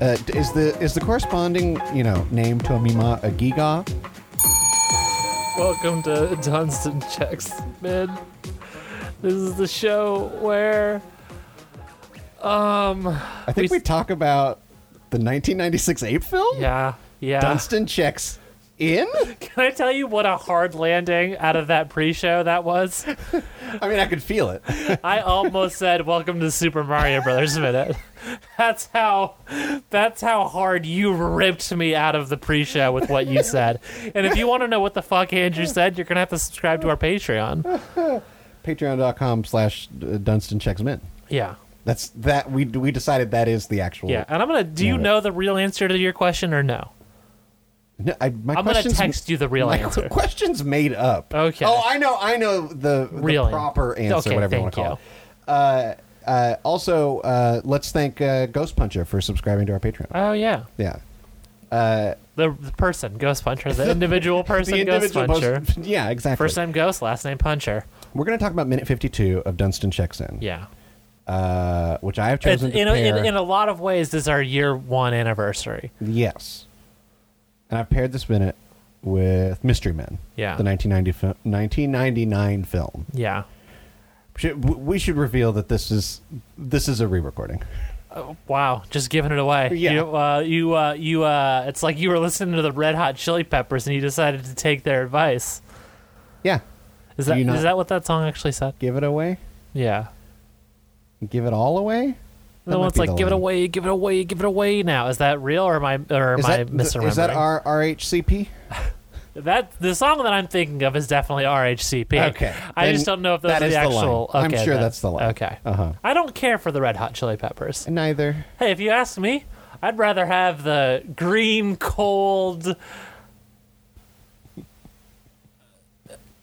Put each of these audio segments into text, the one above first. Uh, d- is the is the corresponding you know name to a mima a giga? Welcome to Dunstan Checks Man. This is the show where um I think we, We s- talk about the 1996 ape film. yeah, yeah. Dunstan checks in. Can I tell you what a hard landing out of that pre-show that was? I mean, I could feel it. I almost said welcome to Super Mario Brothers minute. That's how that's how hard you ripped me out of the pre-show with what you said. And if you want to know what the fuck Andrew said, you're going to have to subscribe to our Patreon. Patreon.com/slash uh, Dunstan checks men. Yeah. That's that we we decided that is the actual. Yeah, and I'm gonna. Do you Damn it. know the real answer to your question or no? No, I, my I'm gonna question's- text you the real My answer. question's made up. Okay. Oh, I know, I know the, the Real an- proper answer, Okay, whatever you want thank to call it. Uh, uh, also, uh, let's thank uh, Ghost Puncher for subscribing to our Patreon. Oh yeah, yeah. the, the person Ghost Puncher, the individual person Ghost post- Puncher. yeah, exactly. First name Ghost, last name Puncher. We're going to talk about minute 52 of Dunstan Checks In, Yeah. uh, which I have It's, chosen to in, a, in, pair- in a lot of ways, this is our year one anniversary. Yes. And I've paired this minute with Mystery Men. Yeah. The 1990 fi- 1999 film. Yeah. Should, w- we should reveal that this is this is a re-recording. Wow, just giving it away. Yeah. You, uh, you, uh, you. Uh, it's like you were listening to the Red Hot Chili Peppers and you decided to take their advice. Yeah. Is Do that you not- is that what that song actually said? Give it away. Yeah. Give it all away. That the might one's be like, the give it line. away, give it away, give it away now. Is that real or am I or am Is I that, misremembering? is that our RHCP? That- the song that I'm thinking of is definitely RHCP. Okay, I then just don't know if those that are is the the line. actual. I'm okay, sure that- that's the line. Okay. Uh-huh. I don't care for the Red Hot Chili Peppers. Neither. Hey, if you ask me, I'd rather have the green cold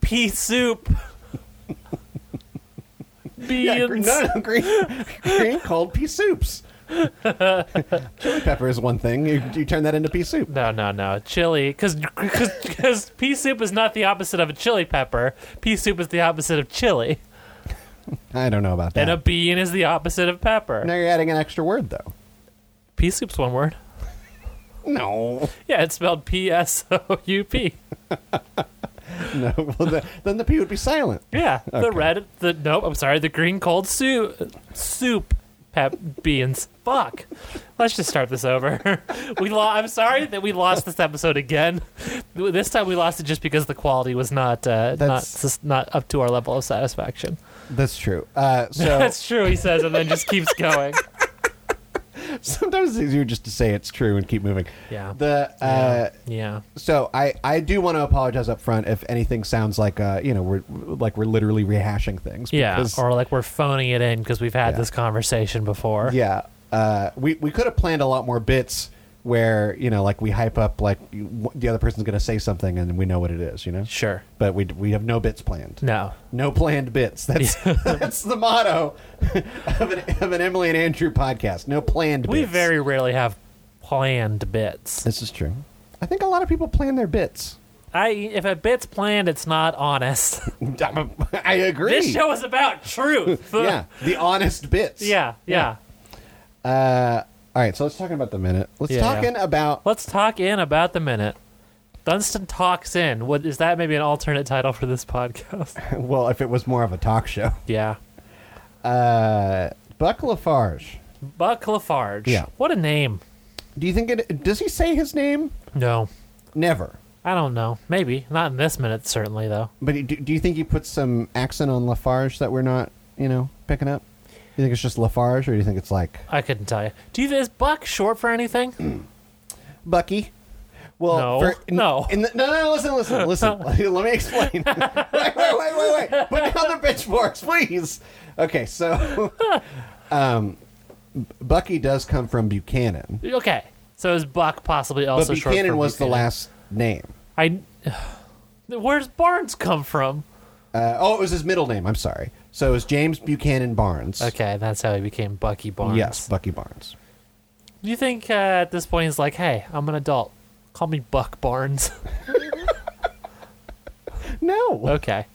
pea soup. Yeah, gr- Beans. no, no, green, green cold pea soups. Chili pepper is one thing. You, you turn that into pea soup. No, no, no. Chili, because because pea soup is not the opposite of a chili pepper. Pea soup is the opposite of chili, I don't know about that. and a bean is the opposite of pepper. now you're adding an extra word though. Pea soup's one word. No. Yeah, it's spelled P S O U P. No. Well, the, then the P would be silent. Yeah, the Okay. red, the nope. I'm sorry, the green cold soup, soup, pep beans. Fuck. Let's just start this over. we lo- I'm sorry that we lost this episode again. This time we lost it just because the quality was not uh, not That's- sus- not up to our level of satisfaction. That's true. Uh, so That's true, he says, and then just keeps going. sometimes it's easier just to say it's true and keep moving. Yeah. The uh, yeah. so I, I do want to apologize up front if anything sounds like uh you know we're like we're literally rehashing things Yeah. because- Or like we're phoning it in because we've had Yeah. this conversation before. yeah uh we we could have planned a lot more bits where you know like we hype up like you- the other person's gonna say something and we know what it is you know Sure. but we we have no bits planned No. no planned bits that's that's the motto of an, of an Emily and Andrew podcast no planned We bits very rarely have planned bits. this is true I think a lot of people plan their bits I if a bit's planned, it's not honest. I agree this show is about truth. yeah the honest bits Yeah. Yeah. All right, so let's talk about the minute. Let's Yeah, talk yeah. in about. Let's talk in about the minute. Dunstan talks in. What is that? Maybe an alternate title for this podcast? Well, if it was more of a talk show, yeah. uh, Buck Lafarge. Buck Lafarge. Yeah. What a name. Do you think it does? He say his name? No. Never. I don't know. Maybe not in this minute, certainly though. But do, do you think he puts some accent on Lafarge that we're not, you know, picking up? You think it's just Lafarge, or do you think it's like I couldn't tell you. Do you is Buck short for anything? Mm. Bucky? Well, No, for- in- no. in the- no, no, no, Listen, listen, listen. Let me explain. wait, wait, wait, wait, wait. Put down the pitchforks, please. Okay, so, um, Bucky does come from Buchanan. Okay. So is Buck possibly But also short for Buchanan was the Buchanan? last name. I. Where's Barnes come from? Uh, oh, it was his middle name. I'm sorry. So it was James Buchanan Barnes. Okay, that's how he became Bucky Barnes. Yes, Bucky Barnes. Do you think uh, at this point he's like, "Hey, I'm an adult. Call me Buck Barnes." No, okay.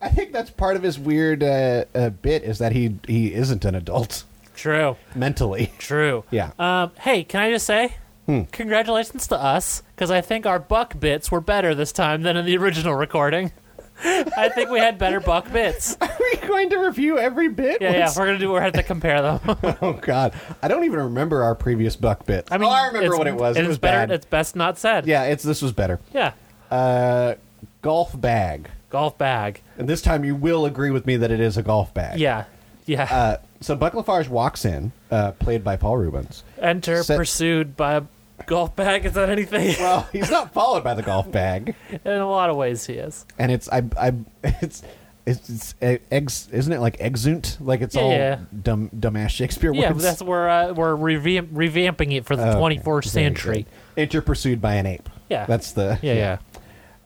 I think that's part of his weird uh, uh, bit is that he he isn't an adult. True. mentally. True. Yeah. Hmm. Um, hey, can I just say, congratulations to us because I think our buck bits were better this time than in the original recording. I think we had better buck bits. Are we going to review every bit? Yeah, yeah. What's- We're gonna do. We're gonna have to compare them. Oh God, I don't even remember our previous buck bit. I mean, oh, I remember it's- what it was. It, it's was better. bad. It's best not said. yeah, it's this was better. Yeah. Uh, golf bag, Golf bag. and this time you will agree with me that it is a golf bag. Yeah. Yeah. Uh, so Buck Lafarge walks in, uh, played by Paul Rubens. Enter set- pursued by a golf bag. Is that anything? Well, he's not followed by the golf bag, in a lot of ways, he is. and it's I I it's. It's, it's e- ex, isn't it like exunt? Like it's Yeah, all yeah. dumb dumbass Shakespeare Yeah, words. that's where uh, we're revamp- revamping it for the Okay, 21st very century. good. Enter pursued by an ape. Yeah. that's the Yeah, yeah.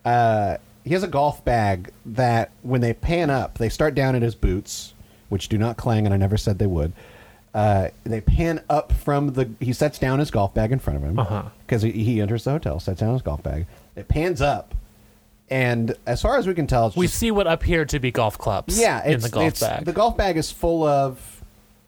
he has a golf bag that when they pan up, they start down at his boots, which do not clang, and I never said they would. Uh, they pan up from the. He sets down his golf bag in front of him Uh-huh. because he, he enters the hotel, sets down his golf bag. It pans up, and as far as we can tell, it's We just- see what appear to be golf clubs yeah, in it's the golf it's- bag. The golf bag is full of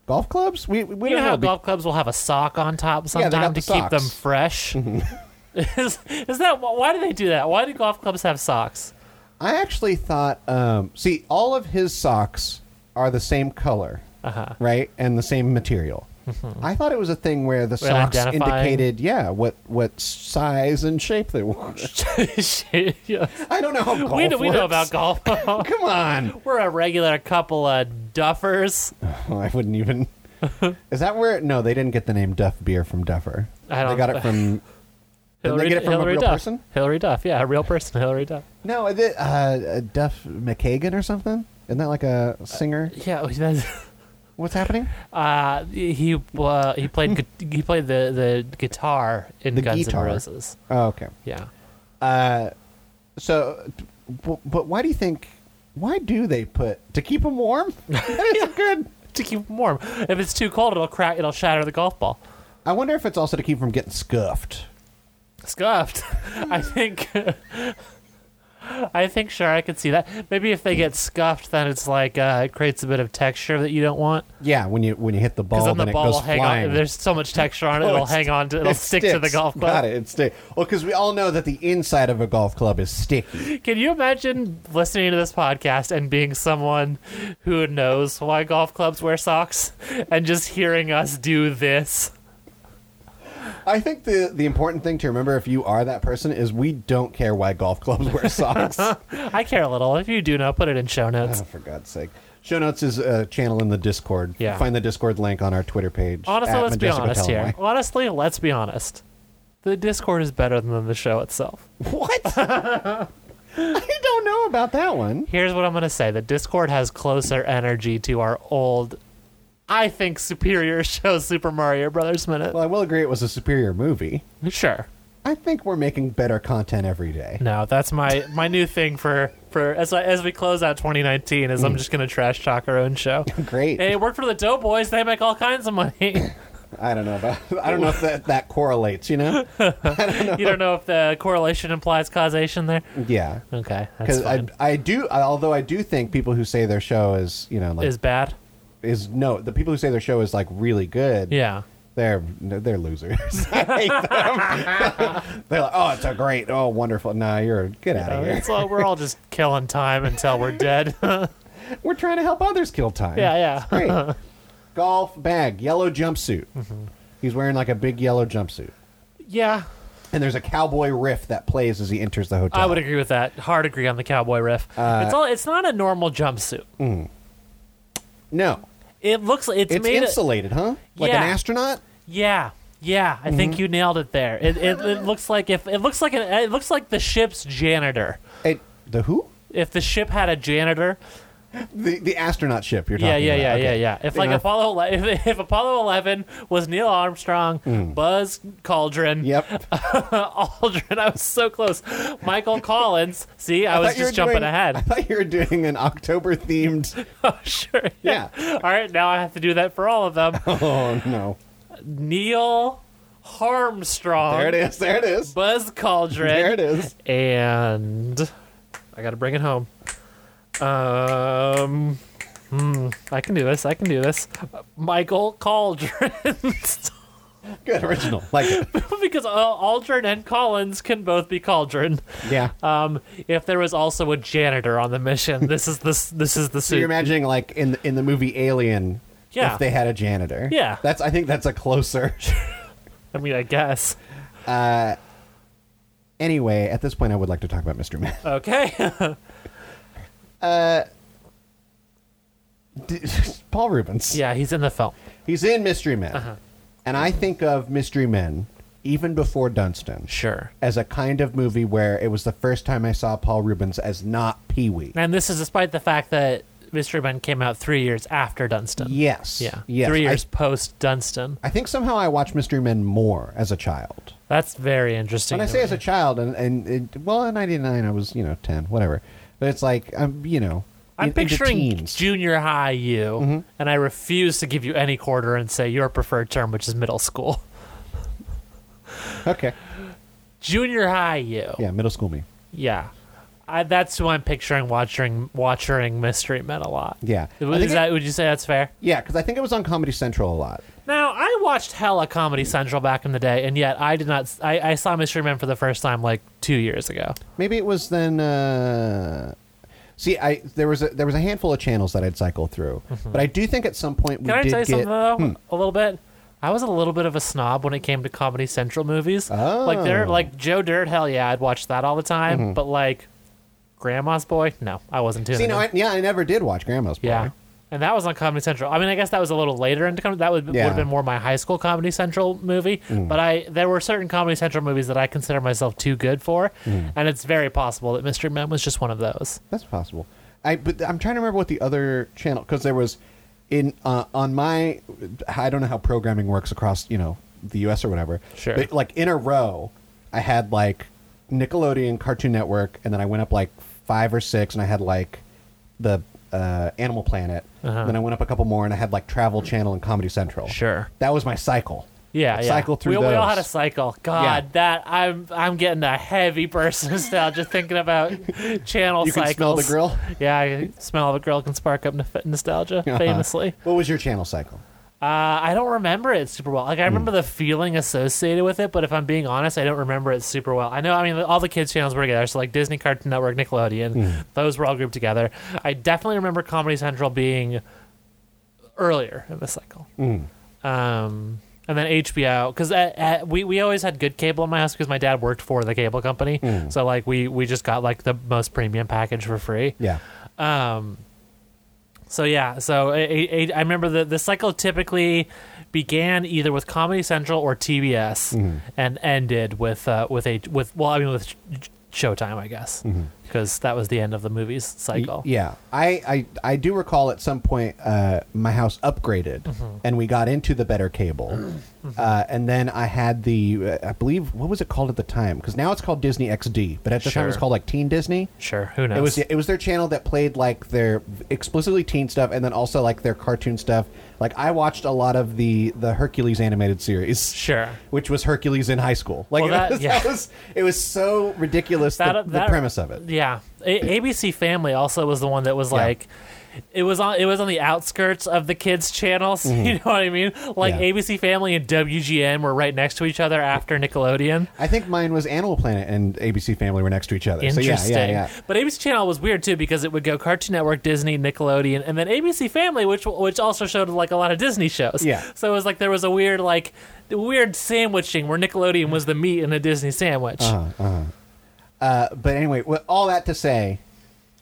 golf clubs. We we you don't know how be- golf clubs will have a sock on top Yeah, sometime they got to the keep them socks. Mm-hmm. fresh? is, is that why do they do that? Why do golf clubs have socks? I actually thought. Um, see, all of his socks are the same color, uh-huh. right, and the same material. Mm-hmm. I thought it was a thing where the Well, socks identifying. indicated, yeah, what what size and shape they were. Shit, yeah. I don't know how golf we know, we know about works. golf. Come on, We're a regular couple of duffers. Oh, I wouldn't even. Is that where? No, they didn't get the name Duff Beer from Duffer. I don't- They got it from. did they get it from a real Duff. person? Hillary Duff, yeah, a real person, Hillary Duff. No, is it, uh, Duff McKagan or something? Isn't that like a singer? Yeah, that's, What's happening? uh, he uh, he played gu- he played the, the guitar in The Guns guitar. N' Roses. Oh, okay. Yeah, So, t- w- but why do you think? Why do they put to keep them warm? That is good. to keep him warm. If it's too cold, it'll crack. It'll shatter the golf ball. I wonder if it's also to keep from getting scuffed. Scuffed. I think. I think sure I could see that. Maybe if they get scuffed, then it's like uh, it creates a bit of texture that you don't want. Yeah, when you when you hit the Because ball, then Oh, then the it ball goes will hang flying. on. There's so much texture on it, Oh, it'll it's- hang on to. It'll it stick to the sticks. golf Got club. it. It stick. Well, because we all know that the inside of a golf club is sticky. Can you imagine listening to this podcast and being someone who knows why golf clubs wear socks and just hearing us do this? I think the the important thing to remember if you are that person is we don't care why golf clubs wear socks. I care a little. If you do know, put it in show notes. Oh, for God's sake. Show notes is a channel in the Discord. Yeah. Find the Discord link on our Twitter page. Honestly, at let's be Majestic honest here. Hotel Honestly, let's be honest. The Discord is better than the show itself. What? I don't know about that one. Here's what I'm going to say the Discord has closer energy to our old, I think, superior show, Super Mario Brothers Minute. Well, I will agree it was a superior movie. sure. I think we're making better content every day. No, that's my my new thing for for as I, as we close out 2019 is I'm just gonna trash talk our own show. Great. hey, work for the Doughboys. They make all kinds of money. I don't know about. I don't know if that, that correlates. You know. you don't know if the correlation implies causation there. Yeah. Okay, that's Because I, fine. I do. Although I do think people who say their show is you know like is is, bad. no the people who say their show is like really good. Yeah. They're they're losers. I hate them. they're like, oh, it's a great, oh, wonderful. Nah, you're get out Uh, of here. it's all, we're all just killing time until we're dead. yeah, We're trying to help others kill time. yeah. Great. Golf bag, yellow jumpsuit. Mm-hmm. He's wearing like a big yellow jumpsuit. Yeah, And there's a cowboy riff that plays as he enters the hotel. I would agree with that. Hard agree on the cowboy riff. it's all it's not a normal jumpsuit. No. It looks it's, It's made it, insulated, huh? Like an Yeah. astronaut? Yeah, yeah. I Mm-hmm. think you nailed it there. It, it, it looks like if it looks like an, it looks like the ship's janitor. It, the who? If the ship had a janitor, The the astronaut ship you're yeah, talking yeah, about. yeah, Okay. yeah, yeah. If You like know, Apollo, Apollo, ele- if, if Apollo Eleven was Neil Armstrong, Hmm. Buzz Cauldron, Yep. Aldrin, I was so close. Michael Collins. See, I, was thought you were just jumping doing- I ahead. thought you were doing an October themed. oh, sure. Yeah. All right, now I have to do that for all of them. Oh, no. Neil Armstrong, There it is. There it is. Buzz Cauldron, There it is. and I gotta bring it home. Um, I can do this. I can do this. Michael Cauldrons. Good original, like it. because Al- Aldrin and Collins can both be Cauldron. Yeah. Um, if there was also a janitor on the mission, this is this this is the so you're suit. imagining like in in the movie Alien, Yeah. if they had a janitor. Yeah. That's I think that's a closer. I mean, I guess. anyway, at this point, I would like to talk about Mr. Man. Okay. Paul Rubens. yeah, Uh-huh. he's in the film. He's in Mystery Men. And I think of Mystery Men even before Dunstan Sure. as a kind of movie where it was the first time I saw Paul Rubens as not Pee Wee. And this is despite the fact that Mystery Men came out three years after Dunstan. Yes. Yeah. Yes. Three I- years post Dunstan. I, think somehow I watched Mystery Men more as a child. That's very interesting. When I to say me. as a child, and, and it, well, in 99, I was, you know, 10, whatever. But it's like, I'm, you know, I'm in- into picturing teens. Mm-hmm. junior high you, and I refuse to give you any quarter and say your preferred term, which is middle school. Okay. Junior high you. Yeah, middle school me. Yeah. I, that's who I'm picturing watching watching Mystery Men a lot. Yeah. I Is think that, it- would you say that's fair? yeah, because I think it was on Comedy Central a lot. Now, I watched Hella Comedy Central back in the day, and yet I did not. s- I, I saw Mystery Men for the first time like two years ago. Maybe it was then. Uh, see, I there was a there was a handful of channels that I'd cycle through, but I do think at some point we Mm-hmm. Can I did tell get. you Hmm. something though? A little bit. I was a little bit of a snob when it came to Comedy Central movies. Like they're Oh. Mm-hmm. like Joe Dirt. Hell yeah, I'd watch that all the time. But like Grandma's Boy, no, I wasn't tuning. See, no, in. I, yeah, I never did watch Grandma's Boy. yeah. And that was on Comedy Central. I mean, I guess that was a little later into comedy. That would would Yeah. Mm. have been more my high school Comedy Central movie. But I there were certain Comedy Central movies that I consider myself too good for, Mm. and it's very possible that Mystery Men was just one of those. that's possible. I but I'm trying to remember what the other channel because there was in uh, on my I don't know how programming works across you know the U.S. or whatever. Sure. But, like in a row, I had like Nickelodeon, Cartoon Network, and then I went up like five or six, and I had like the uh, Animal Planet. Uh-huh. Then I went up a couple more, and I had like Travel Channel and Comedy Central. Sure. That was my cycle. Yeah, I'd yeah. Cycle through We, we all had a those. cycle. God, Yeah. that I'm I'm getting a heavy burst of nostalgia thinking about channel You cycles. can smell the grill. Uh-huh. Yeah, I- smell of a grill can spark up nof- nostalgia. Famously, What was your channel cycle? uh, I don't remember it super well. Like I remember the feeling associated with it, but if I'm being honest, I don't remember it super well. I know. I mean, all the kids channels were together, so like Disney, Cartoon Network, Nickelodeon, those were all grouped together. I definitely remember Comedy Central being earlier in the cycle. Um, and then HBO, because we, we always had good cable in my house because my dad worked for the cable company. So, like, we, we just got, like, the most premium package for free. Yeah. Um, so, yeah. So, I, I, I remember the, the cycle typically began either with Comedy Central or TBS Mm-hmm. and ended with, uh, with a, with, well, I mean, with Sh- Showtime, I guess, Mm-hmm. because that was the end of the movies cycle. Yeah, I, I I do recall at some point uh, my house upgraded Mm-hmm. and we got into the better cable, uh, and then I had the uh, I believe what was it called at the time because now it's called Disney XD, but at the time it was Sure. called like Teen Disney. Sure. Who knows? It was it was their channel that played like their explicitly teen stuff and then also like their cartoon stuff. Like I watched a lot of the the Hercules animated series. Sure. Which was Hercules in high school. Like Well, that- it, was, yeah. uh, that was it was so ridiculous the, the premise of it. Yeah, a- ABC Family also was the one that was like, it was on it was on the outskirts of the kids' channels. You know what I mean? Like Mm-hmm. Yeah. ABC Family and WGN were right next to each other after Nickelodeon. I think mine was Animal Planet and ABC Family were next to each other. Interesting. So yeah, yeah, yeah. But ABC Channel was weird too because it would go Cartoon Network, Disney, Nickelodeon, and then ABC Family, which which also showed like a lot of Disney shows. Yeah. So it was like there was a weird like weird sandwiching where Nickelodeon was the meat in a Disney sandwich. Uh-huh. Uh, but anyway, with all that to say,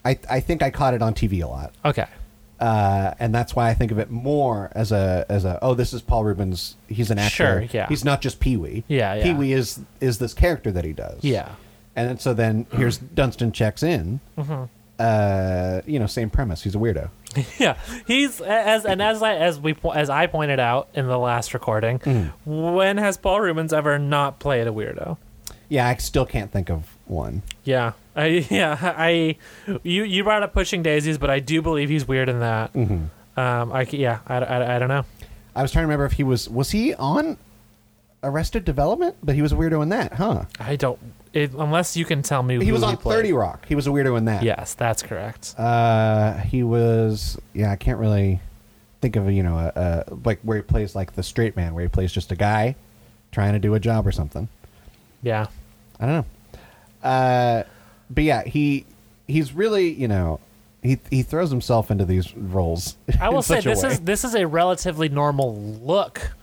I I think I caught it on TV a lot, Okay. uh, and that's why I think of it more as a as a oh this is Paul Rubens he's an actor Sure, yeah. he's not just Pee Wee Yeah, yeah. Pee Wee is is this character that he does Yeah. and then, so then here's Dunstan checks in Mm-hmm. uh, you know same premise he's a weirdo Yeah, he's as and as I as we po- as I pointed out in the last recording. Hmm. When has Paul Rubens ever not played a weirdo? yeah I still can't think of one Yeah, I yeah I you you brought up pushing daisies, but I do believe he's weird in that. Mm-hmm. Um, I c- yeah I, I, I don't know. I was trying to remember if he was was he on Arrested Development, but he was a weirdo in that, huh? I don't. if, unless you can tell me He who was he on played. Thirty Rock. He was a weirdo in that. Yes, that's correct. Uh, he was. Yeah, I can't really think of you know a, a like where he plays like the straight man, where he plays just a guy trying to do a job or something. yeah, I don't know. Uh, but yeah, he he's really you know he he throws himself into these roles. I in will say such a this way. is this is a relatively normal look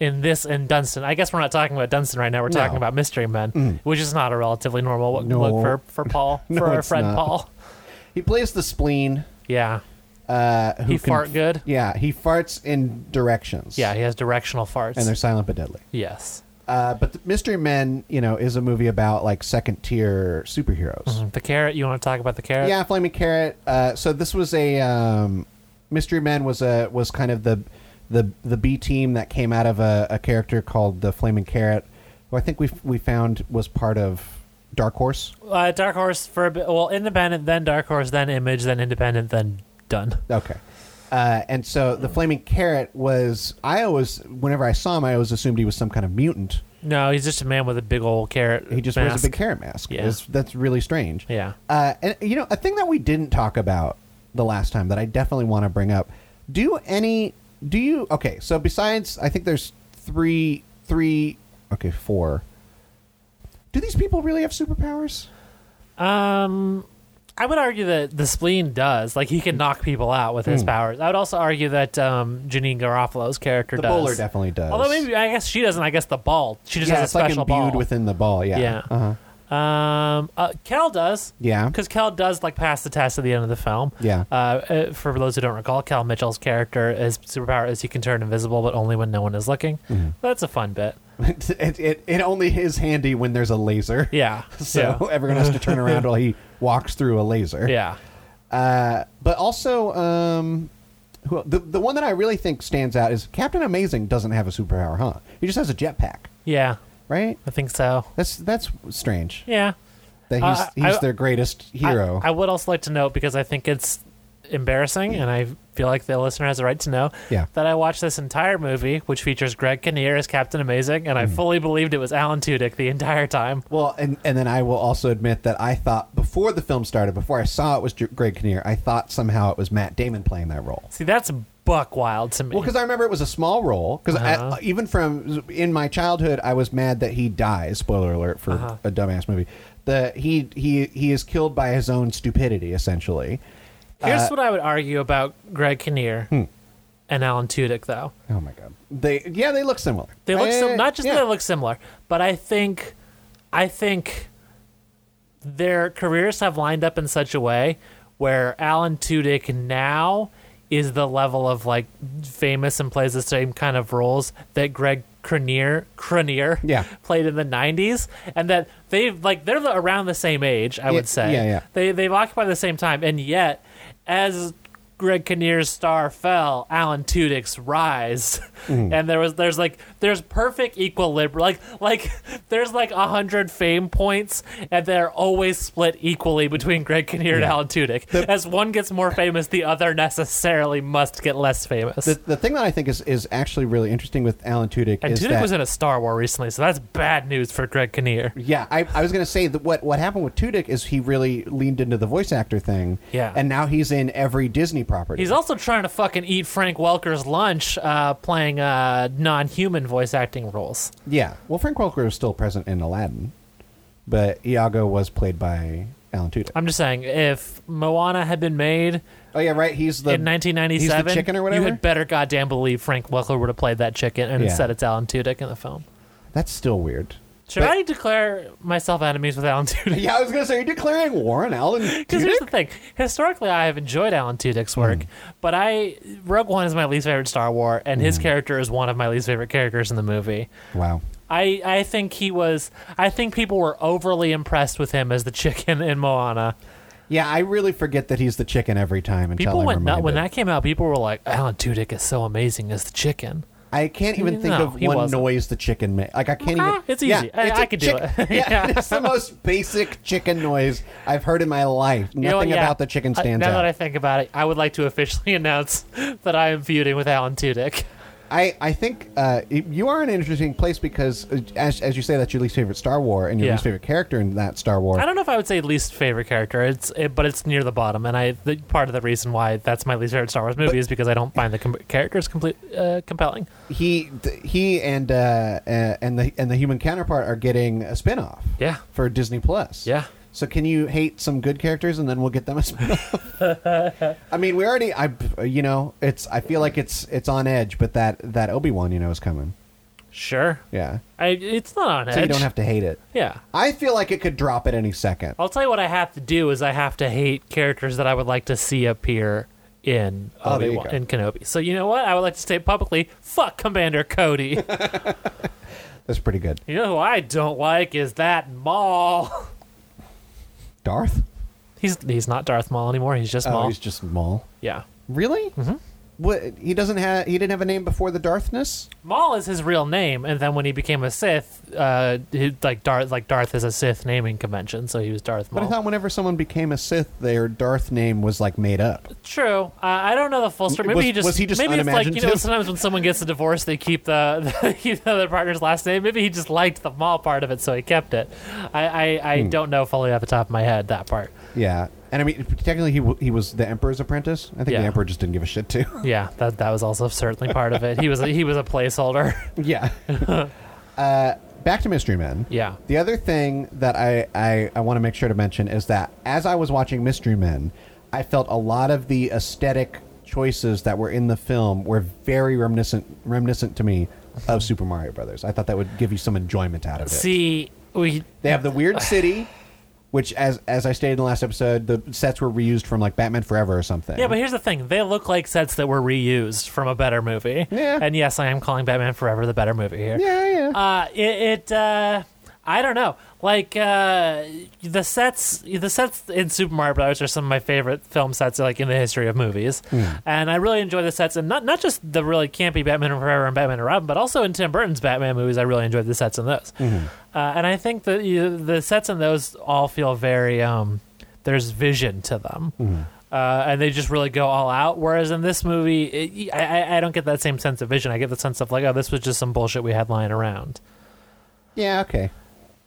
in this and Dunstan. I guess we're not talking about Dunstan right now. We're talking No. Mm. about Mystery Men, which is not a relatively normal wo- No. look for for Paul No, for our it's friend not. Paul. he plays the spleen. Yeah, Uh, who he can- fart good. Yeah, he farts in directions. Yeah, he has directional farts. and they're silent but deadly. yes, Uh, but the Mystery Men, you know, is a movie about like second tier superheroes. the carrot. You want to talk about the carrot? Yeah, Flaming Carrot. Uh, so this was a um, Mystery Men was a was kind of the the the B team that came out of a, a character called the Flaming Carrot, who I think we we found was part of Dark Horse. Uh, Dark Horse for a bit. Well, Independent, then Dark Horse, then Image, then Independent, then Done. Okay. Uh, and so the Flaming Carrot was I always whenever I saw him I always assumed he was some kind of mutant. No, he's just a man with a big old carrot. He just wears mask. a big carrot mask. Yeah. It's- that's really strange. Yeah. Uh, and you know, a thing that we didn't talk about the last time that I definitely want to bring up. Do any do you okay, so besides I think there's three three okay, four. Do these people really have superpowers? Um, I would argue that the spleen does. Like he can knock people out with Hmm. his powers. I would also argue that um, Janine Garofalo's character The does. bowler definitely does. Although maybe I guess she doesn't. I guess the ball. She just yeah, has a it's like special imbued ball. within the ball, yeah. Yeah. Uh-huh. Um, uh, Kel does. Yeah. Because Kel does like pass the test at the end of the film. Yeah. Uh, Uh, for those who don't recall, Cal Mitchell's character, his superpower is he can turn invisible, but only when no one is looking. Mm-hmm. That's a fun bit. it, it it only is handy when there's a laser. Yeah. So everyone has to turn around while he walks through a laser. yeah. yeah. Uh, but also, um, who, the the one that I really think stands out is Captain Amazing doesn't have a superpower, huh? He just has a jetpack, Yeah. right? I think so. That's that's strange. Yeah. That he's Uh, he's I- their greatest I- hero. I, would also like to note because I think it's embarrassing, and I feel like the listener has a right to know Yeah. that I watched this entire movie, which features Greg Kinnear as Captain Amazing, Mm. and I fully believed it was Alan Tudyk the entire time. well, and, and then I will also admit that I thought before the film started, before I saw it was J- Greg Kinnear, I thought somehow it was Matt Damon playing that role. See, that's buck wild to me. Well, because I remember it was a small role. Because Uh-huh. even from in my childhood, I was mad that he dies. Spoiler alert for Uh-huh. a dumbass movie. The he he he is killed by his own stupidity, essentially. Here's uh, what I would argue about Greg Kinnear Hmm. and Alan Tudyk, though. Oh my god. They yeah, they look similar. They look Eh, sim- not just yeah. that they look similar, but I think, I think their careers have lined up in such a way where Alan Tudyk now is the level of like famous and plays the same kind of roles that Greg Cranier Cranier Yeah. played in the 90s and that they've like they're the, around the same age I Yeah, would say yeah, yeah. they they've occupied the same time and yet as Greg Kinnear's star fell, Alan Tudyk's rise, Hmm. and there was there's like there's perfect equilibrium, like like there's like a hundred fame points, and they're always split equally between Greg Kinnear and Alan Tudyk. As one gets more famous, the other necessarily must get less famous. The, the thing that I think is, is actually really interesting with Alan Tudyk and is Tudyk that was in a Star War recently, so that's bad news for Greg Kinnear. yeah, I, I was going to say that what, what happened with Tudyk is he really leaned into the voice actor thing. Yeah. And now he's in every Disney property. He's also trying to fucking eat Frank Welker's lunch, uh, playing uh, non-human voice acting roles. Yeah. Well, Frank Welker was still present in Aladdin, but Iago was played by Alan Tudyk. I'm just saying, if Moana had been made oh yeah, right. He's the in He's 1997, the chicken or whatever. you had better goddamn believe Frank Welker would have played that chicken, and Yeah. instead it's Alan Tudyk in the film. That's still weird. Should But- I declare myself enemies with Alan Tudyk? Yeah, I was gonna say, are you declaring war on Alan Because here's Tudyk? the Hmm. thing: historically, I have enjoyed Alan Tudyk's work, but I Rogue One is my least favorite Star War, and Hmm. his character is one of my least favorite characters in the movie. Wow. I, I think he was. I think people were overly impressed with him as the chicken in Moana. Yeah, I really forget that he's the chicken every time until People I'm went nut reminded. when that came out. People were like, "Alan Tudyk is so amazing as the chicken." I can't even think No, of he one wasn't. noise the chicken makes. Like I can't even. It's Yeah, easy. I- it's I a could do chick- it. yeah, Yeah. it's the most basic chicken noise I've heard in my life. Nothing You know what, yeah. about the chicken Uh, stands now out. that I think about it, I would like to officially announce that I am feuding with Alan Tudyk. I, I think uh, you are in an interesting place because, uh, as, as you say, that's your least favorite Star War and your Yeah. least favorite character in that Star War. I don't know if I would say least favorite character. It's it, but it's near the bottom, and I the, part of the reason why that's my least favorite Star Wars movie is because I don't find the com- characters complete uh, compelling. he th- he and uh, uh, and the and the human counterpart are getting a spinoff Yeah, for Disney Plus. Yeah. So can you hate some good characters and then we'll get them a spinoff? I mean, we already I you know it's I feel like it's it's on edge, but that that Obi Wan you know is coming. sure. Yeah. I, it's not on edge. So you don't have to hate it. Yeah. I feel like it could drop at any second. I'll tell you what I have to do is I have to hate characters that I would like to see appear in Oh, there you Obi-Wan, go. in Kenobi. So you know what? I would like to state publicly, fuck Commander Cody. That's pretty good. you know who I don't like is that Maul. Darth? He's he's not Darth Maul anymore. He's just Oh, Maul. he's just Maul. yeah. Really? Mm-hmm. What? He doesn't have. He didn't have a name before the Darthness. Maul is his real name, and then when he became a Sith, uh, he, like Darth, like Darth is a Sith naming convention, so he was Darth But Maul. I thought whenever someone became a Sith, their Darth name was like made up. True. Uh, I don't know the full story. Maybe Was- he just was he just maybe it's like you know unimaginative? sometimes when someone gets a divorce, they keep the, they keep the other partner's last name. Maybe he just liked the Maul part of it, so he kept it. I I, I Hmm. don't know fully off the top of my head that part. Yeah, and I mean technically he w- he was the Emperor's apprentice. I think Yeah. the Emperor just didn't give a shit too. Yeah, that that was also certainly part of it. He was a, he was a placeholder. yeah. uh, back to Mystery Men. Yeah. The other thing that I, I, I want to make sure to mention is that as I was watching Mystery Men, I felt a lot of the aesthetic choices that were in the film were very reminiscent reminiscent to me of Super Mario Brothers. I thought that would give you some enjoyment out of it. See, we They have the weird city, which as as I stated in the last episode, the sets were reused from like Batman Forever or something. Yeah, but here's the thing: they look like sets that were reused from a better movie. Yeah. And yes, I am calling Batman Forever the better movie here. yeah, yeah. Uh, it, it uh, I don't know. Like uh, the sets, the sets in Super Mario Brothers are some of my favorite film sets, like in the history of movies. And I really enjoy the sets, and not not just the really campy Batman Forever and Batman and Robin, but also in Tim Burton's Batman movies. I really enjoyed the sets in those. Uh, and I think that you, the sets in those all feel very. Um, there's vision to them. Mm-hmm. Uh, and they just really go all out. Whereas in this movie, it, I, I- I don't get that same sense of vision. I get the sense of like, oh, this was just some bullshit we had lying around. yeah, okay.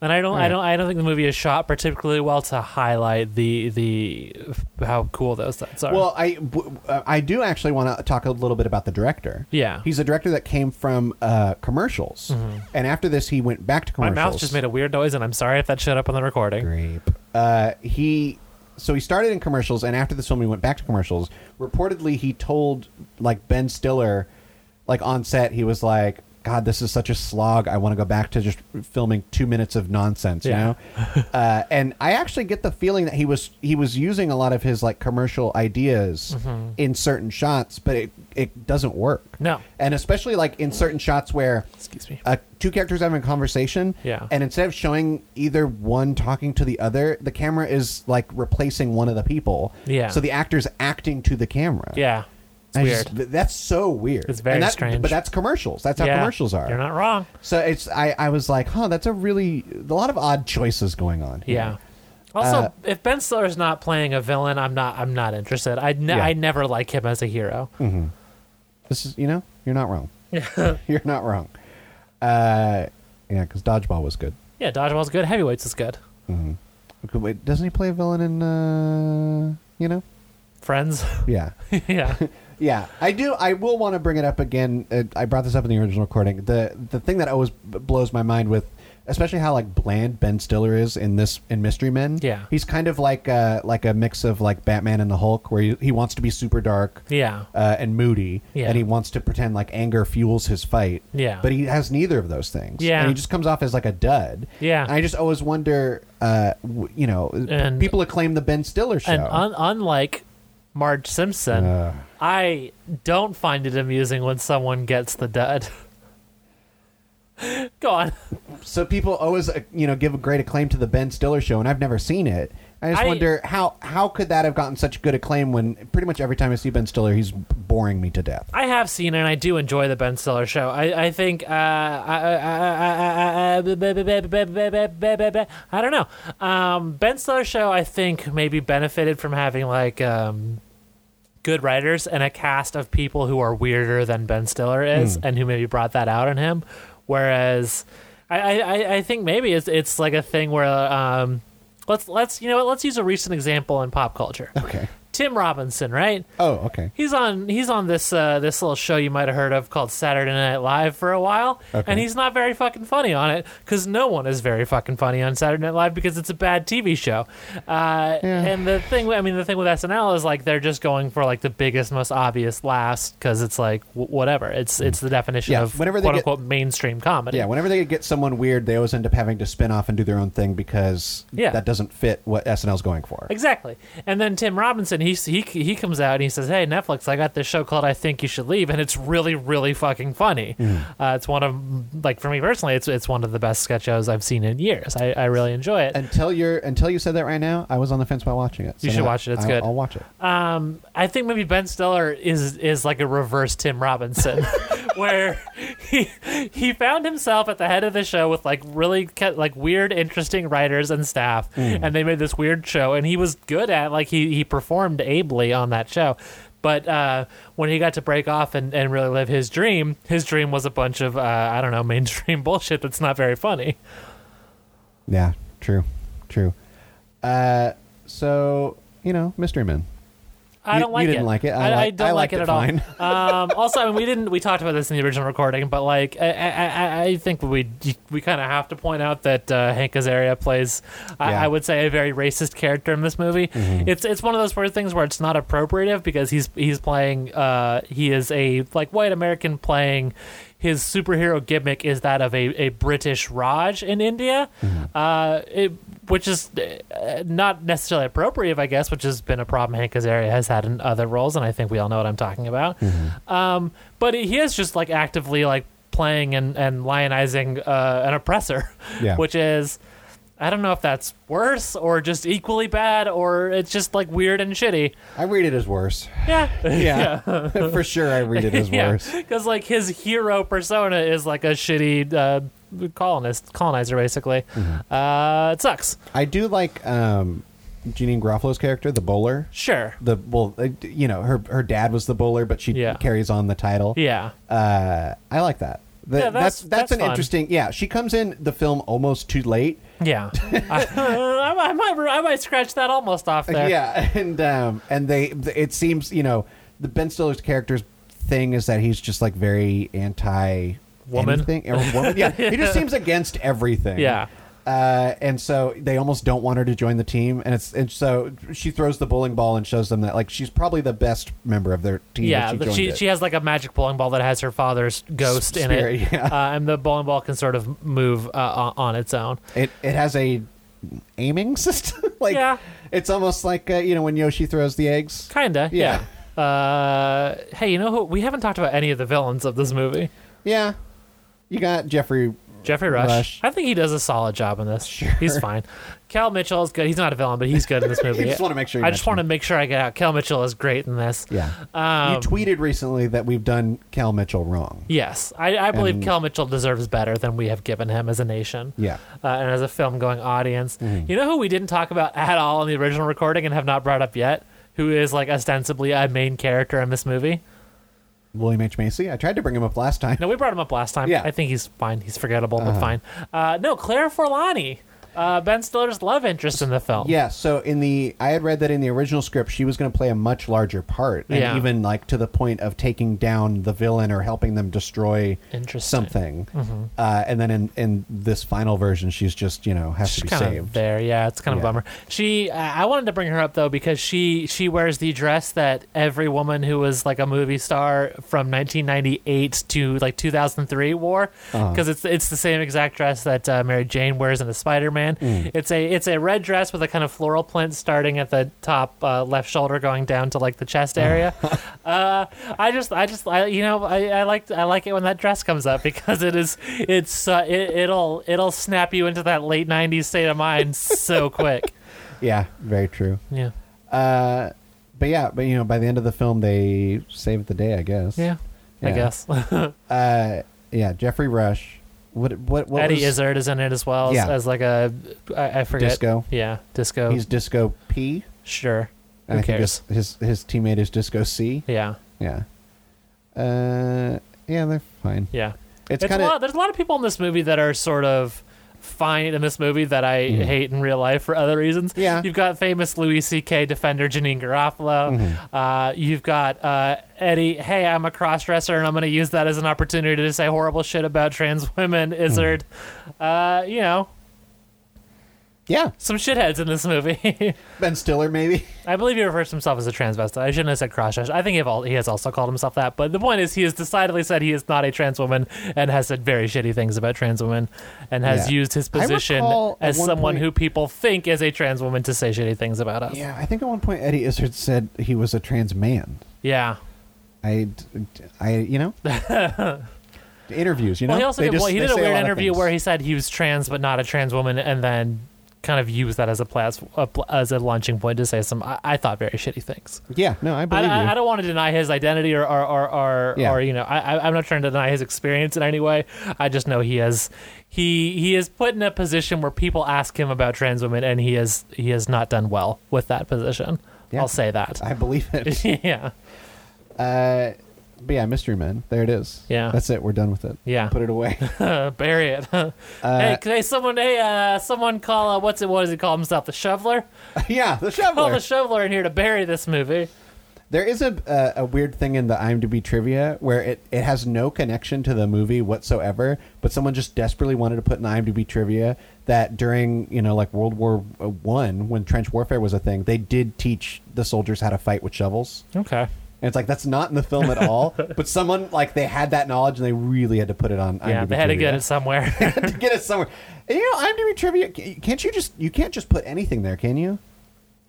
And I don't, Right. I don't, I don't think the movie is shot particularly well to highlight the the how cool those sets are. Well, I w- uh, I do actually want to talk a little bit about the director. Yeah. Mm-hmm. He's a director that came from uh, commercials. And after this he went back to my commercials. mouth just made a weird noise, and I'm sorry if that showed up on the recording. grape. Uh, he so he started in commercials, and after this film, he went back to commercials. Reportedly, he told like Ben Stiller, like on set, he was like, "God, this is such a slog. I want to go back to just filming two minutes of nonsense." Yeah. You know, uh, and I actually get the feeling that he was he was using a lot of his like commercial ideas in certain shots, but it it doesn't work. Mm-hmm. No. and especially like in certain shots where Excuse me. uh, two characters having a conversation. Yeah. And instead of showing either one talking to the other, the camera is like replacing one of the people. Yeah. So the actor's acting to the camera. yeah, it's And I weird. just- th- that's so weird. It's very And that- strange. But that's commercials. That's how Yeah, commercials are. You're not wrong. so it's I, I was like, huh, that's a really a lot of odd choices going on. here. Yeah. Also, Uh, if Ben Stiller's not playing a villain, I'm not. I'm not interested. I ne- Yeah. Mm-hmm. I never like him as a hero. This is you know, you're not wrong. you're not wrong. Uh, yeah, because dodgeball was good. Yeah, dodgeball's good. Heavyweights is good. Okay, Wait, doesn't he play a villain in uh, you know? Friends. Yeah. yeah. Yeah, I do. I will want to bring it up again. Uh, I brought this up in the original recording. The the thing that always b- blows my mind with, especially how like bland Ben Stiller is in this in Mystery Men. Yeah. he's kind of like a, like a mix of like Batman and the Hulk, where he, he wants to be super dark Yeah. uh, and moody, Yeah. and he wants to pretend like anger fuels his fight. Yeah. but he has neither of those things. Yeah. and he just comes off as like a dud. Yeah. and I just always wonder. Uh, w- you know, p- And- people acclaim the Ben Stiller show. And un- unlike Marge Simpson, Ugh. I don't find it amusing when someone gets the dud. Go on. so people always uh, you know give a great acclaim to the Ben Stiller show, and I've never seen it. I just I- wonder how how could that have gotten such good acclaim when pretty much every time I see Ben Stiller, he's boring me to death. I have seen and I do enjoy the Ben Stiller show. I, I think uh, I, I, I, I, I, I don't know. Um, ben Stiller show I think maybe benefited from having like um, good writers and a cast of people who are weirder than Ben Stiller is, and who maybe brought that out in him. Whereas, I, I, I- I think maybe it's it's like a thing where um, let's let's you know what, let's use a recent example in pop culture. Okay. Tim Robinson, right? Oh, okay. He's on he's on this uh, this little show you might have heard of called Saturday Night Live for a while, Okay. and he's not very fucking funny on it because no one is very fucking funny on Saturday Night Live because it's a bad TV show. Uh, Yeah. And the thing, I mean, the thing with SNL is like they're just going for like the biggest, most obvious laughs because it's like w- whatever. It's it's the definition Mm. Yeah, of quote whenever they get- unquote mainstream comedy. Yeah, whenever they get someone weird, they always end up having to spin off and do their own thing because Yeah. that doesn't fit what SNL's going for. Exactly. And then Tim Robinson, he, he he comes out and he says, "Hey Netflix, I got this show called I Think You Should Leave, and it's really really fucking funny. Uh, it's one of like for me personally, it's it's one of the best sketch shows I've seen in years. I, I really enjoy it. Until you're until you said that right now, I was on the fence while watching it. You should watch it, it's I'll, good. I'll watch it. Um, I think maybe Ben Stiller is is like a reverse Tim Robinson, where he he found himself at the head of the show with like really ca- like weird, interesting writers and staff, and they made this weird show, and he was good at like he he performed ably on that show. But uh, when he got to break off and, and really live his dream, his dream was a bunch of uh, I don't know mainstream bullshit that's not very funny. Yeah, true, true. Uh, so you know, Mystery Men. I You- don't you like it. didn't like it. I I, li- I don't I like liked it it at fine. all. Um, also, I mean, we didn't. We talked about this in the original recording, but like, I, I, I- I think we we kind of have to point out that uh, Hank Azaria plays, I, Yeah. I would say, a very racist character in this movie. It's it's one of those weird things where it's not appropriative because he's he's playing. Uh, he is a like white American playing. His superhero gimmick is that of a, a British Raj in India, uh, it, which is uh, not necessarily appropriate, I guess, which has been a problem Hank Azaria has had in other roles, and I think we all know what I'm talking about. Um, but he is just like actively like playing and and lionizing uh, an oppressor, Yeah. which is. I don't know if that's worse or just equally bad or it's just like weird and shitty. I read it as worse. Yeah. Yeah, for sure. I read it as worse. Because like his hero persona is like a shitty uh, colonist, colonizer basically. Mm-hmm. Uh, it sucks. I do like um, Jeanine Garofalo's character, the bowler. Sure. The well, uh, you know, her her dad was the bowler, but she Yeah. carries on the title. Yeah. uh, I like that. The- Yeah, that's that's- that's, that's an fun. interesting. Yeah, she comes in the film almost too late. Yeah. I, I, might I might scratch that almost off there. Uh, Yeah, and um, and they it seems you know the Ben Stiller's character's thing is that he's just like very anti Woman. anything, or woman. Yeah, he just seems against everything. Yeah. Uh, and so they almost don't want her to join the team, and it's and so she throws the bowling ball and shows them that like she's probably the best member of their team. Yeah, that the- she, she, joined it. she has like a magic bowling ball that has her father's ghost in Spirit, it, yeah. uh, and the bowling ball can sort of move uh, on- on its own. It it has a aiming system. like Yeah. it's almost like uh, you know when Yoshi throws the eggs. Kinda, Yeah. yeah. Uh, hey, you know who? We haven't talked about any of the villains of this movie. Yeah, you got Jeffrey. Jeffrey Rush. Rush. I think he does a solid job in this. Sure. He's fine. Cal Mitchell is good. He's not a villain, but he's good in this movie. just wanna make sure you I just mention want to him. make sure I get out. Cal Mitchell is great in this. Yeah, Um, you tweeted recently that we've done Cal Mitchell wrong. Yes, I, I believe And- Cal Mitchell deserves better than we have given him as a nation. Yeah. Mm-hmm. uh, and as a film going audience. You know who we didn't talk about at all in the original recording and have not brought up yet? Who is like ostensibly a main character in this movie? William H Macy. I tried to bring him up last time. No, we brought him up last time. Yeah. Uh-huh. I think he's fine. He's forgettable, but fine. Uh, no, Claire Forlani, uh, Ben Stiller's love interest in the film. Yeah, so in the I had read that in the original script she was going to play a much larger part, and Yeah. even like to the point of taking down the villain or helping them destroy Interesting. Mm-hmm. something. Uh, and then in in this final version, she's just you know has to She's be kind of saved. there. Yeah, it's kind of Yeah. a bummer. She, I I wanted to bring her up though because she she wears the dress that every woman who was like a movie star from 1998 to like 2003 wore Uh-huh. because it's it's the same exact dress that uh, Mary Jane wears in the Spider Man. Hmm. It's a it's a red dress with a kind of floral print starting at the top uh, left shoulder going down to like the chest area. uh, I just I just I you know I, I like I like it when that dress comes up because it is it's uh, it, it'll it'll snap you into that late 90s state of mind so quick. Yeah, very true. Yeah. Uh, but yeah, but you know, by the end of the film, they saved the day, I guess. Yeah. I Yeah. guess Uh, yeah, Jeffrey Rush. What? What? what Eddie was- Izzard is in it as well as, Yeah. as like a I, I forget Disco. yeah disco He's Disco P. sure And I Oh. Who think cares? His, his his teammate is Disco C. Yeah, Yeah. Uh, yeah, they're fine. yeah. It's, It's kind a of lot, there's a lot of people in this movie that are sort of fine in this movie that I hate in real life for other reasons. Mm-hmm. Yeah. You've got famous Louis C.K. defender Janine Garofalo. Mm-hmm. Uh, you've got uh, Eddie, hey, I'm a crossdresser and I'm going to use that as an opportunity to say horrible shit about trans women, Mm-hmm. Izzard. Uh, you know, yeah. some shitheads in this movie. Ben Stiller maybe. I believe he refers to himself as a transvestite. I shouldn't have said crossdresser. I think he, all, he has also called himself that. But the point is, he has decidedly said he is not a trans woman and has said very shitty things about trans women and has Yeah. used his I position recall at as one someone point- who people think is a trans woman to say shitty things about us. Yeah, I think at one point Eddie Izzard said he was a trans man. Yeah. I, I, you know, interviews. You know, Well, he also They did, just- well, he they did a say weird lot of interview things. where he said he was trans but not a trans woman and then kind of used that as a, plas- a pl- as a launching point to say some, I, I thought, very shitty things. Yeah, no, I I, believe you. I, I don't want to deny his identity or or or, or, Yeah. or you know I, I- I'm not trying to deny his experience in any way. I just know he has he he is put in a position where people ask him about trans women, and he has he has not done well with that position. Yeah. I'll say that. I believe it. yeah, Uh, but yeah, Mystery Men. There it is. Yeah. that's it. We're done with it. Yeah. put it away. bury it. Uh, hey, can- hey, someone, hey, uh, someone call. Uh, what's it? What does he call himself? The shoveler. yeah, the Call shoveler. Oh, the shoveler in here to bury this movie. there is a uh, a weird thing in the IMDb trivia where it it has no connection to the movie whatsoever, but someone just desperately wanted to put in the IMDb trivia that during you know like World War uh, One when trench warfare was a thing, they did teach the soldiers how to fight with shovels. Okay. And it's like that's not in the film at all. but someone like they had that knowledge and they really had to put it on. Yeah, IMDb they had to trivia. get it somewhere. Had to get it somewhere. And you know, IMDb trivia. c- Can't you just you can't just put anything there, can you?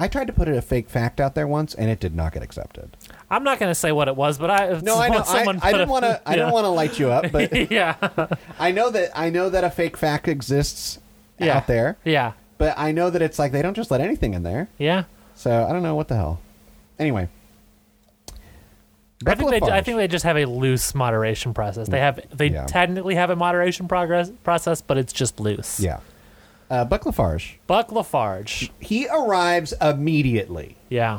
I tried to put a fake fact out there once, and it did not get accepted. I'm not going to say what it was, but I No, I know. I, someone I put didn't a- want to. I yeah. didn't want to light you up, but yeah. I know that I know that a fake fact exists yeah. out there. Yeah. But I know that it's like they don't just let anything in there. Yeah. So I don't know what the hell. Anyway, I think, they, I Lafarge. think they just have a loose moderation process. They have they Yeah. technically have a moderation progress process, but it's just loose. yeah. Uh, Buck Lafarge. Buck Lafarge. He arrives immediately, Yeah.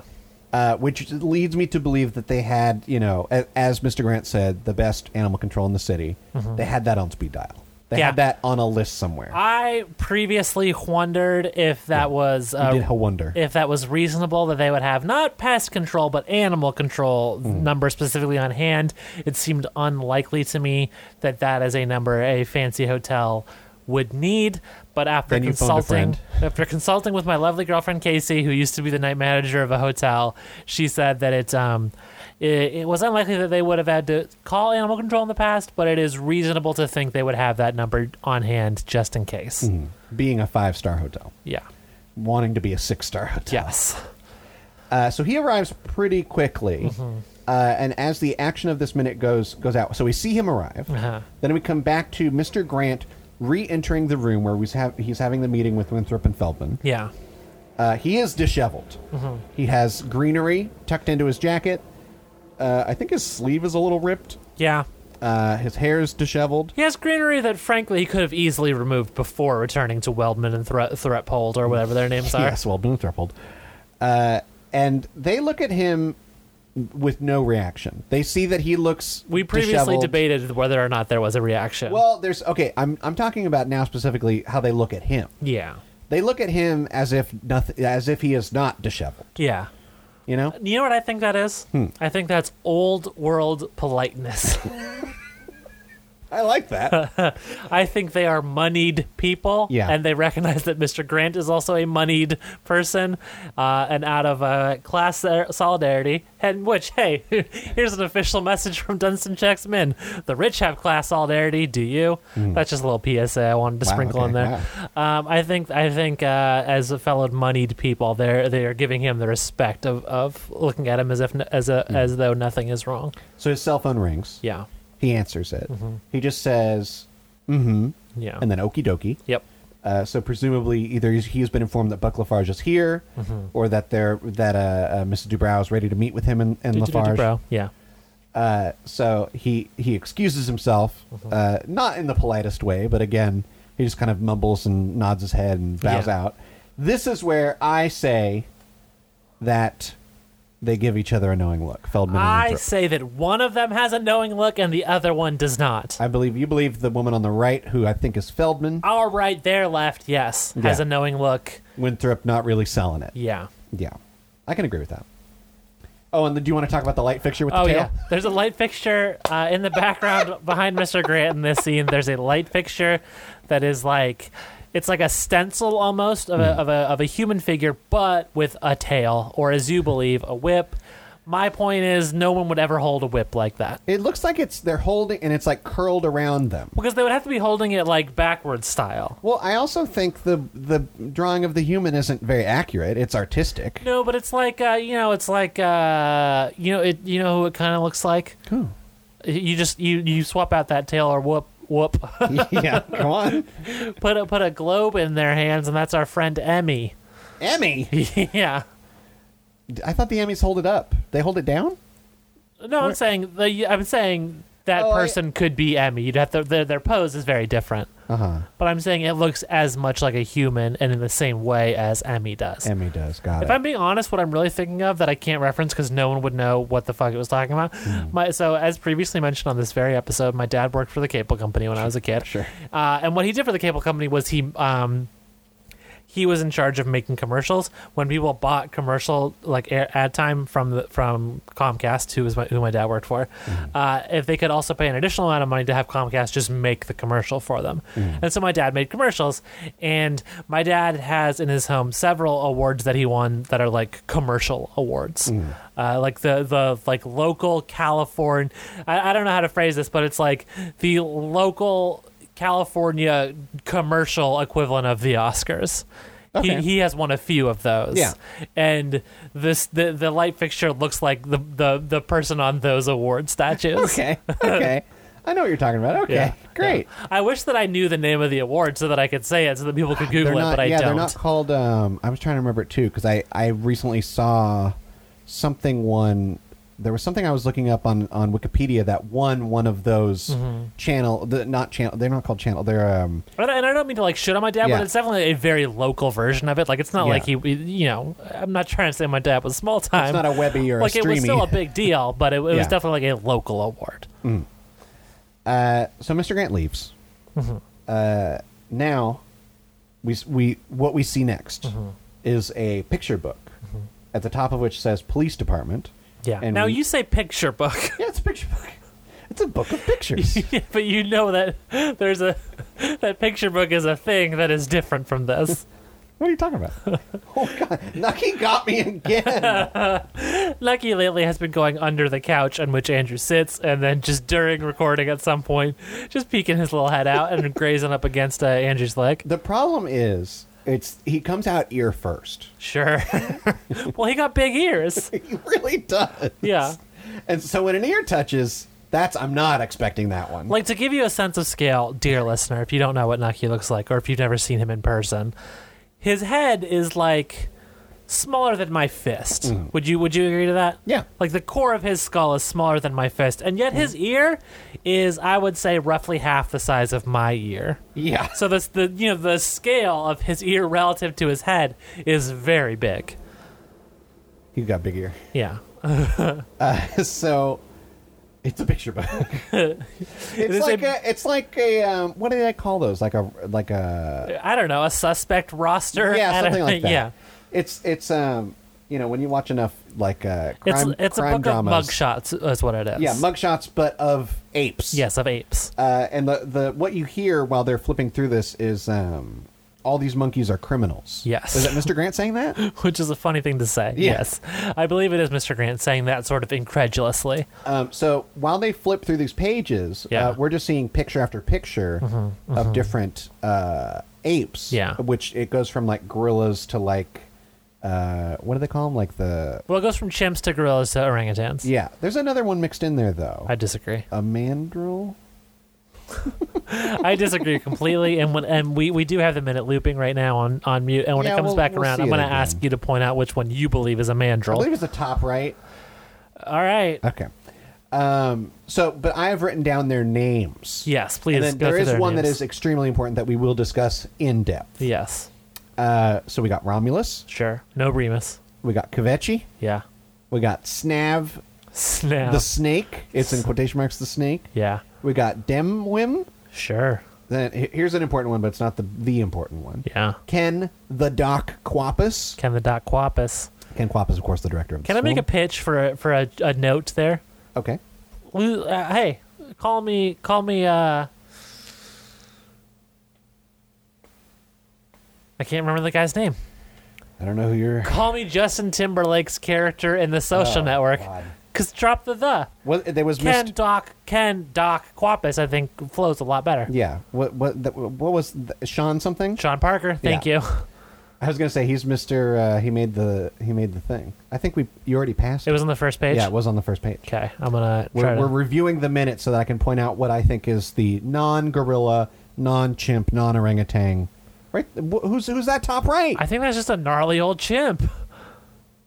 uh, which leads me to believe that they had, you know, a- as Mr. Grant said, the best animal control in the city. They had that on speed dial. They Mm-hmm. Yeah. had that on a list somewhere. I previously wondered if that was I did uh, wonder. if that was reasonable that they would have not pest control but animal control Hmm. number specifically on hand. It seemed unlikely to me that that is a number a fancy hotel would need. But after Then you phoned a consulting, friend. after consulting with my lovely girlfriend Casey, who used to be the night manager of a hotel, she said that it um, it, it was unlikely that they would have had to call animal control in the past, but it is reasonable to think they would have that number on hand just in case. Hmm. Being a five star hotel, Yeah. wanting to be a six star hotel. Yes. Uh, so he arrives pretty quickly, Mm-hmm. uh, and as the action of this minute goes goes out, so we see him arrive. Uh-huh. Then we come back to Mr. Grant re-entering the room where he's, ha- he's having the meeting with Winthrop and Feldman. Yeah. Uh, he is disheveled. Mm-hmm. He has greenery tucked into his jacket. Uh, I think his sleeve is a little ripped. Yeah. Uh, his hair is disheveled. He has greenery that, frankly, he could have easily removed before returning to Weldman and Thre- Threephold or whatever their names are. Yes, well, Boonthroppled. Uh, and they look at him with no reaction. They see that he looks. We previously disheveled. debated whether or not there was a reaction. Well, there's okay. I'm I'm talking about now specifically how they look at him. yeah. They look at him as if nothing, as if he is not disheveled. Yeah. You know, You know what I think that is? Hmm. I think that's old world politeness. I like that. I think they are moneyed people, Yeah. and they recognize that Mr. Grant is also a moneyed person, uh, and out of uh, class uh, solidarity, and which, hey, here's an official message from Dunstan Checks Men: the rich have class solidarity. Do you? That's just a little PSA I wanted to Hmm. Wow, sprinkle okay, in there. Um, I think I think uh, as a fellow moneyed people, they're they are giving him the respect of, of looking at him as if n- as a Hmm. as though nothing is wrong. so his cell phone rings. Yeah, Mm-hmm. He answers it. He just says, yeah, and then okie dokie. yep, Uh, so presumably, either he's, he's been informed that Buck Lafarge is here, Mm-hmm. or that they're that uh, uh, Mrs. Dubrow is ready to meet with him and, and Lafarge. bro, yeah. Uh, so he he excuses himself, Mm-hmm. uh, not in the politest way, but again, he just kind of mumbles and nods his head and bows Yeah. out. This is where I say that they give each other a knowing look. Feldman. and I Winthrop. say that one of them has a knowing look and the other one does not. I believe you believe the woman on the right, who I think is Feldman. Our right there left, yes, has Yeah. a knowing look. Winthrop not really selling it. Yeah. Yeah, I can agree with that. Oh, and do you want to talk about the light fixture with the Oh tail? yeah. There's a light fixture uh, in the background behind Mr. Grant in this scene. There's a light fixture that is like it's like a stencil almost of a, Hmm. of a of a human figure, but with a tail or, as you believe, a whip. My point is, no one would ever hold a whip like that It looks like it's they're holding and it's like curled around them. because they would have to be holding it like backwards style. Well, I also think the the drawing of the human isn't very accurate. It's artistic. No, but it's like uh, you know, it's like uh, you know, it you know who it kind of looks like. Who? You just you you swap out that tail or whoop whoop. yeah, come on, put a, put a globe in their hands, and that's our friend Emmy. Emmy. yeah. I thought the Emmys hold it up. They hold it down. No, I'm saying the, I'm saying that Oh, I- person could be Emmy. You'd have to their, their pose is very different. Uh huh. But I'm saying it looks as much like a human and in the same way as Emmy does. Emmy does. Got If it. I'm being honest, what I'm really thinking of that I can't reference because no one would know what the fuck it was talking about. Hmm. My, so, as previously mentioned on this very episode, my dad worked for the cable company when I was a kid. Sure. Uh, and what he did for the cable company was he um, he was in charge of making commercials. When people bought commercial like air, ad time from the, from Comcast, who was my, who my dad worked for, uh, if they could also pay an additional amount of money to have Comcast just make the commercial for them. And so my dad made commercials, and my dad has in his home several awards that he won that are like commercial awards. Uh, like the the like local California, I, I don't know how to phrase this, but it's like the local California commercial equivalent of the Oscars. Okay. He, he has won a few of those. Yeah. And this the, the light fixture looks like the, the, the person on those award statues. okay. Okay. I know what you're talking about. Okay. Yeah. Great. Yeah. I wish that I knew the name of the award so that I could say it so that people could Google They're it, not, but I yeah, don't. they're not called. Um, I was trying to remember it too because I I recently saw something one. There was something I was looking up on on Wikipedia that won one of those Mm-hmm. channel. The, not channel. They're not called channel. They're um. And I, and I don't mean to like shit on my dad, Yeah. but it's definitely a very local version of it. Like it's not Yeah. like he, you know, I'm not trying to say my dad was small time. It's not a Webby or like a it streamy. was still a big deal, but it, it Yeah. Mm. was definitely like a local award. Uh, so Mr. Grant leaves. Mm-hmm. Uh, now, we s- we what we see next Mm-hmm. is a picture book, at the top of which says police department. Yeah. And now we- you say picture book, Yeah, it's a picture book. It's a book of pictures. but you know that there's a that picture book is a thing that is different from this. What are you talking about? oh God, Nucky got me again. Lucky lately has been going under the couch on which Andrew sits, and then just during recording at some point, just peeking his little head out and grazing up against uh, Andrew's leg. the problem is, it's he comes out ear first. Sure. well, he got big ears. He really does. Yeah. And so when an ear touches, that's I'm not expecting that one. Like to give you a sense of scale, dear listener, if you don't know what Naki looks like or if you've never seen him in person, his head is like smaller than my fist. Would you would you agree to that? Mm. Yeah. Mm. Like the core of his skull is smaller than my fist, and yet his ear is I would say roughly half the size of my ear. yeah. So this the you know the scale of his ear relative to his head is very big. He's got big ear. Yeah. so it's a picture book. it's, is like a- a, it's like a um, what do I call those? Like a like a I don't know, a suspect roster. I yeah don't- something like that. Yeah. It's it's um you know when you watch enough like uh It's crime it's a crime book dramas. of mugshots is what it is. Yeah, mugshots, but of apes. Yes, of apes. Uh, and the the what you hear while they're flipping through this is um all these monkeys are criminals. Yes. Is that Mr. Grant saying that? Which is a funny thing to say. Yeah. Yes. I believe it is Mr. Grant saying that sort of incredulously. Um, so while they flip through these pages, Yeah. Mm-hmm, uh, we're just seeing picture after picture of different uh, apes. Yeah. Which it goes from like gorillas to like, uh, what do they call them? Like the. Well, it goes from chimps to gorillas to orangutans. Yeah. There's another one mixed in there though. I disagree. A mandrill? I disagree completely. And when and we, we do have the minute looping right now on, on mute. And when Yeah, it comes we'll- back we'll around, see I'm it going to again. ask you to point out which one you believe is a mandrill. I believe it's the top right. All right. Okay. Um, so, but I have written down their names. yes, please. And then go there through is their one that names. is extremely important that we will discuss in depth. Yes. Uh, so we got Romulus, Sure. No Remus. we got Kvechi, Yeah. We got Snav, Snap. the snake. It's in quotation marks, the snake. yeah. We got Demwim. Sure. Then he- here's an important one, but it's not the the important one. Yeah. Ken the Doc Quapus. Ken the Doc Quapis. Ken Quapus, of course, the director of. The Can I make a school. pitch for a, for a, a note there? okay? Lu- uh, hey, call me call me. uh I can't remember the guy's name. I don't know who you're. Call me Justin Timberlake's character in The Social Oh, Network. God. Cause drop the the. What there was Ken missed. Doc Ken Doc Quapis I think flows a lot better. Yeah. What what that- what was th- Sean something? Sean Parker, thank Yeah. you. I was gonna say he's Mister. Uh, he made the he made the thing. I think we you already passed. It was on the first page. Yeah, it was on the first page. Okay, I'm gonna try We're, to. we're reviewing the minutes so that I can point out what I think is the non-gorilla, non-chimp, non-orangutan. Right? Wh- Who's who's that top right? I think that's just a gnarly old chimp.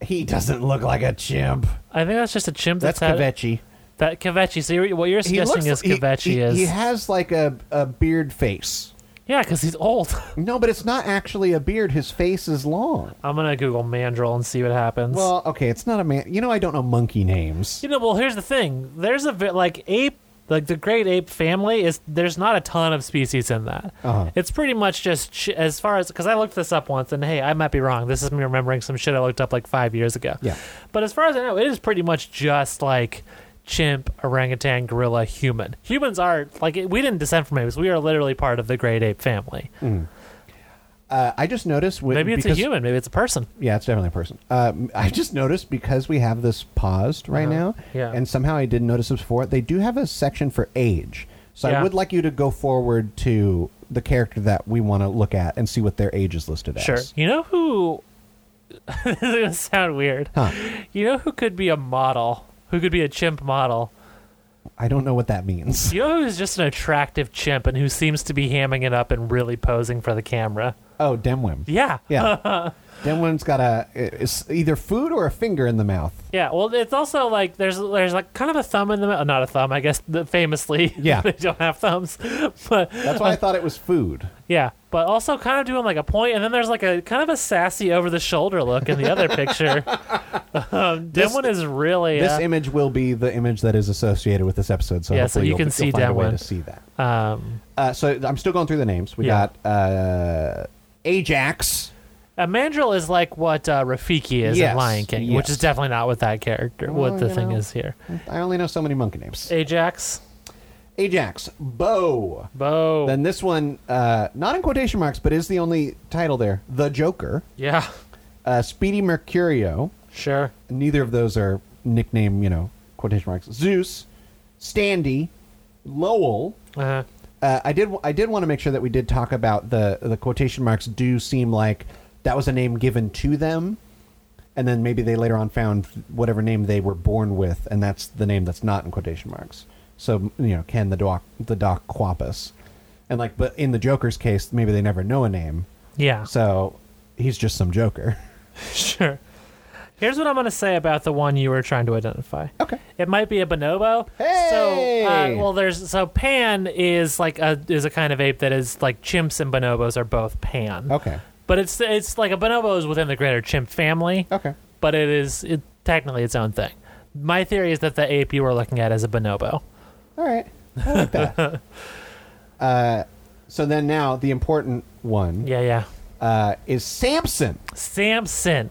he doesn't look like a chimp. I think that's just a chimp That's that's, had, Kvetchy. that Kvetchy. So you're, what you're suggesting is Kvetchy he, is He has like a, a beard face. yeah, because he's old. No, but it's not actually a beard. His face is long. I'm gonna Google mandrill and see what happens. Well, okay, it's not a man. You know, I don't know monkey names. you know, well, here's the thing. There's a bit like ape, like the great ape family is. There's not a ton of species in that. Uh-huh. It's pretty much just ch- as far as because I looked this up once, and hey, I might be wrong. This is me remembering some shit I looked up like five years ago. Yeah. But as far as I know, it is pretty much just like chimp, orangutan, gorilla, human. Humans are like we didn't descend from apes. We are literally part of the great ape family. Uh, I just noticed. With, Maybe it's because, a human. Maybe it's a person. Yeah, it's definitely a person. Um, I just noticed because we have this paused right Mm-hmm. Uh-huh. now, Yeah. and somehow I didn't notice this before. They do have a section for age, so I Yeah. would like you to go forward to the character that we want to look at and see what their age is listed Sure. as. You know who? this is gonna sound weird. Huh. You know who could be a model? Who could be a chimp model? I don't know what that means. You know who's just an attractive chimp and who seems to be hamming it up and really posing for the camera? Oh, Demwim. Yeah. Yeah. Demwim's got a it's either food or a finger in the mouth. Yeah, well, it's also like there's there's like kind of a thumb in the middle. Not a thumb, I guess. The, famously, Yeah. they don't have thumbs, but That's why I thought it was food. yeah, but also kind of doing like a point, and then there's like a kind of a sassy over the shoulder look in the other picture. Um, This- Demwin is really This uh, image will be the image that is associated with this episode. So Yeah, so hopefully you you'll- can you'll see find a way Demwin. to see that. um, Uh, so I'm still going through the names. We Yeah. got uh, Ajax. a mandrill is like what uh, Rafiki is Yes, in Lion King, which yes. is definitely not what that character, Well, what the you thing know. is here. I only know so many monkey names. Ajax, Ajax, Bo. Bo, Then this one, uh, not in quotation marks, but is the only title there. The Joker, yeah, uh, Speedy Mercurio. sure, Neither of those are nickname, you know, quotation marks. Zeus, Standy, Lowell. uh, Uh, I did. I did want to make sure that we did talk about the the quotation marks. Do seem like that was a name given to them, and then maybe they later on found whatever name they were born with, and that's the name that's not in quotation marks. So you know, Ken the doc the doc Quapus, and like, but in the Joker's case, maybe they never know a name, yeah. so he's just some Joker. Sure. Here's what I'm going to say about the one you were trying to identify. Okay. It might be a bonobo. So, Hey! uh, well, there's so pan is like a is a kind of ape that is like chimps and bonobos are both pan. Okay. But it's it's like a bonobo is within the greater chimp family, Okay. but it is it, technically its own thing. My theory is that the ape you were looking at is a bonobo. All right. I like that. uh, so then now the important one Yeah, yeah. uh, is Samson. Samson.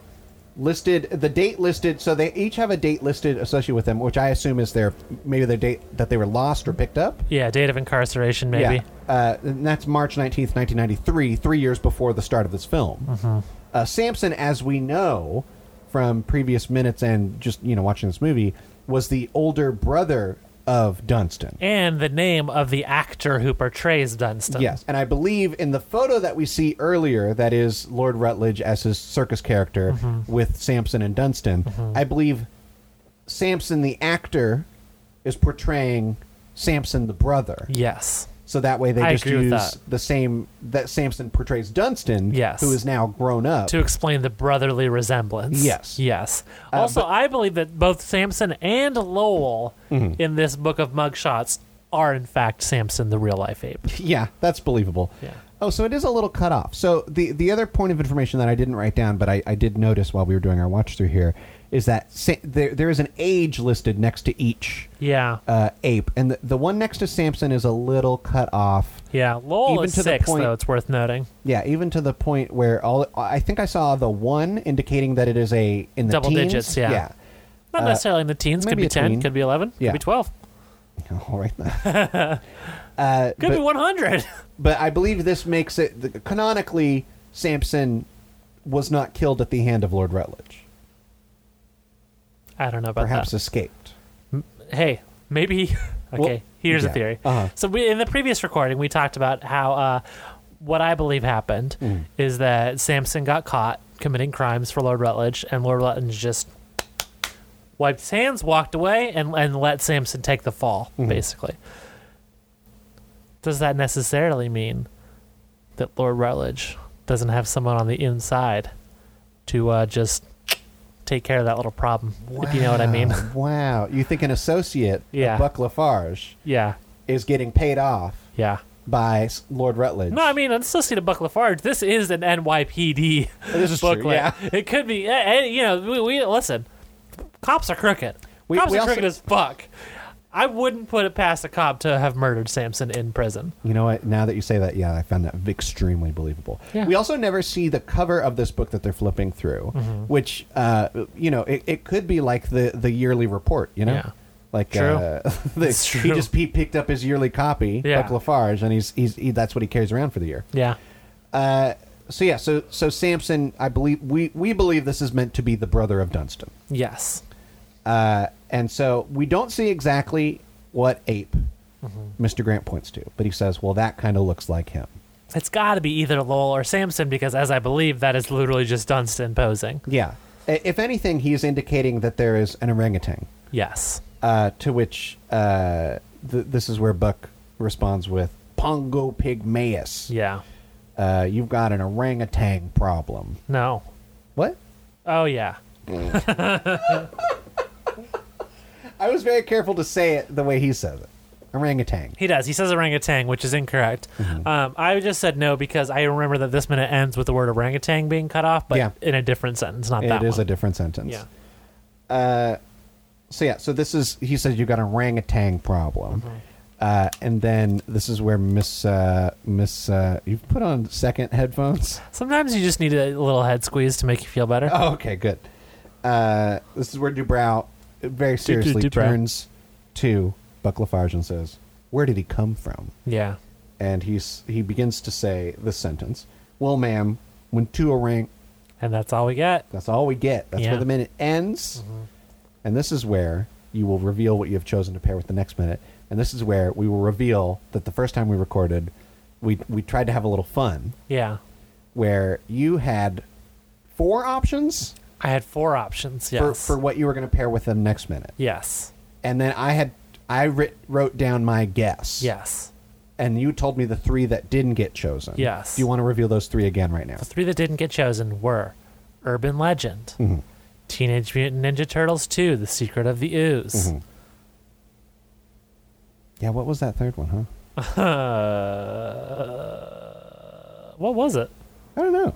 listed the date listed so they each have a date listed associated with them which i assume is their maybe their date that they were lost or picked up Yeah, date of incarceration maybe. yeah uh, and that's march 19th 1993 three years before the start of this film uh, samson as we know from previous minutes and just you know watching this movie was the older brother of dunstan And the name of the actor who portrays Dunstan. Yes, and I believe in the photo that we see earlier, that is Lord Rutledge as his circus character Mm-hmm. with Samson and Dunstan. I believe Samson the actor is portraying Samson the brother. Yes. So that way they I just agree with use that. the same that Samson portrays Dunstan, Yes. who is now grown up. to explain the brotherly resemblance. Yes. Uh, Yes. Mm-hmm. Also, I believe that both Samson and Lowell in this book of mugshots are in fact Samson, the real life ape. Yeah, that's believable. Yeah. Oh, so it is a little cut off. So the the other point of information that I didn't write down, but I, I did notice while we were doing our watch through here, is that sa- there there is an age listed next to each Yeah. uh, ape, and the, the one next to Samson is a little cut off. yeah. Lowell even is to the six, point- though, it's worth noting. Yeah, even to the point where all I think I saw the one indicating that it is a in the Double teens. digits, yeah. yeah. Not Uh, necessarily in the teens. Could maybe be a 10, tween. could be 11, Yeah. could be 12, All right. uh, could but- be 100. but I believe this makes it the, canonically Samson was not killed at the hand of Lord Rutledge. I don't know about Perhaps that. escaped. hey, maybe. okay, Well, here's yeah, a theory. uh-huh. So we, in the previous recording, we talked about how uh, what I believe happened Mm. is that Samson got caught committing crimes for Lord Rutledge, and Lord Rutledge just wiped his hands, walked away, and and let Samson take the fall. Mm-hmm. Basically, does that necessarily mean that Lord Rutledge doesn't have someone on the inside to uh, just take care of that little problem? If you know what I mean. Wow, Ah, wow. You think an associate, Yeah. of Buck Lafarge, yeah. is getting paid off Yeah. by S- Lord Rutledge? No, I mean, I'm still seeing a Buck Lafarge. This is an NYPD This is true, booklet. yeah. It could be, eh, eh, you know, we, we listen. Cops are crooked. We- cops we are also- crooked as fuck. I wouldn't put it past a cop to have murdered Samson in prison. You know what? Now that you say that, yeah, I found that extremely believable. Yeah. We also never see the cover of this book that they're flipping through, Mm-hmm. which, uh, you know, it, it could be like the, the yearly report, you know? Yeah. Like True. Uh, the, It's he true. just he picked up his yearly copy, Yeah. Buck Lafarge, and he's he's he, that's what he carries around for the year. Yeah. So yeah, so so Samson, I believe we we believe this is meant to be the brother of Dunstan. Yes. Uh, and so we don't see exactly what ape Mm-hmm. Mr. Grant points to, but he says, well, that kind of looks like him. It's got to be either Lowell or Samson because, as I believe, that is literally just Dunstan posing. Yeah. I- If anything, he is indicating that there is an orangutan, Yes. uh, to which uh, th- this is where Buck responds with, Pongo pygmaeus. Yeah. Uh, you've got an orangutan problem. No. What? Oh, yeah. I was very careful to say it the way he says it. Orangutan. He does. He says orangutan, which is incorrect. Mm-hmm. Um, I just said no because I remember that this minute ends with the word orangutan being cut off, but Yeah. in a different sentence, not that It is one. a different sentence. yeah. So yeah, so this is he says you got an orangutan problem, Uh-huh. uh, and then this is where Miss uh, Miss uh, you've put on second headphones. Sometimes you just need a little head squeeze to make you feel better. Oh, okay, good. Uh, this is where Dubrow very seriously Dubrow. turns to Buck Lafarge and says, "Where did he come from?" Yeah. And he's he begins to say this sentence: "Well, ma'am, when two orang, And that's all we get. that's all we get. That's Yeah. Mm-hmm. where the minute ends." And this is where you will reveal what you have chosen to pair with the next minute. And this is where we will reveal that the first time we recorded, we we tried to have a little fun Yeah. where you had four options. I had four options. Yes. for, for what you were going to pair with them next minute. yes. And then I had I writ, wrote down my guess. Yes. And you told me the three that didn't get chosen. Yes. Do you want to reveal those three again right now? The three that didn't get chosen were Urban Legend, Mm-hmm. Teenage Mutant Ninja Turtles 2, The Secret of the Ooze. Yeah. What was that third one? Huh? Uh, What was it? I don't know.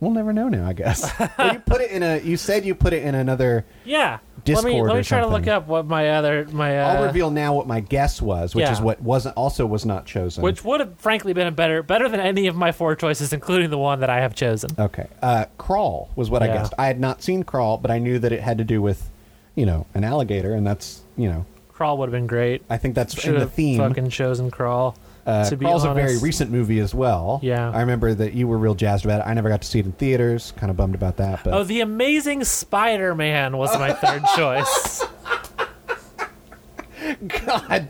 We'll never know now. I guess. well, you put it in a. You said you put it in another. Yeah. let me, Discord let or me try to look something. up what my other. my. Uh, I'll reveal now what my guess was, which yeah. is what wasn't also was not chosen. which would have frankly been a better better than any of my four choices, including the one that I have chosen. Okay. Uh, crawl was what I Yeah. guessed. I had not seen crawl, but I knew that it had to do with, you know, an alligator, and that's you know, Crawl would have been great. I think that's Should in the have theme. fucking chosen Crawl. Uh, to be Crawl's a honest. very recent movie as well. Yeah. I remember that you were real jazzed about it. I never got to see it in theaters. Kind of bummed about that. But Oh, the Amazing Spider-Man was my third choice. God,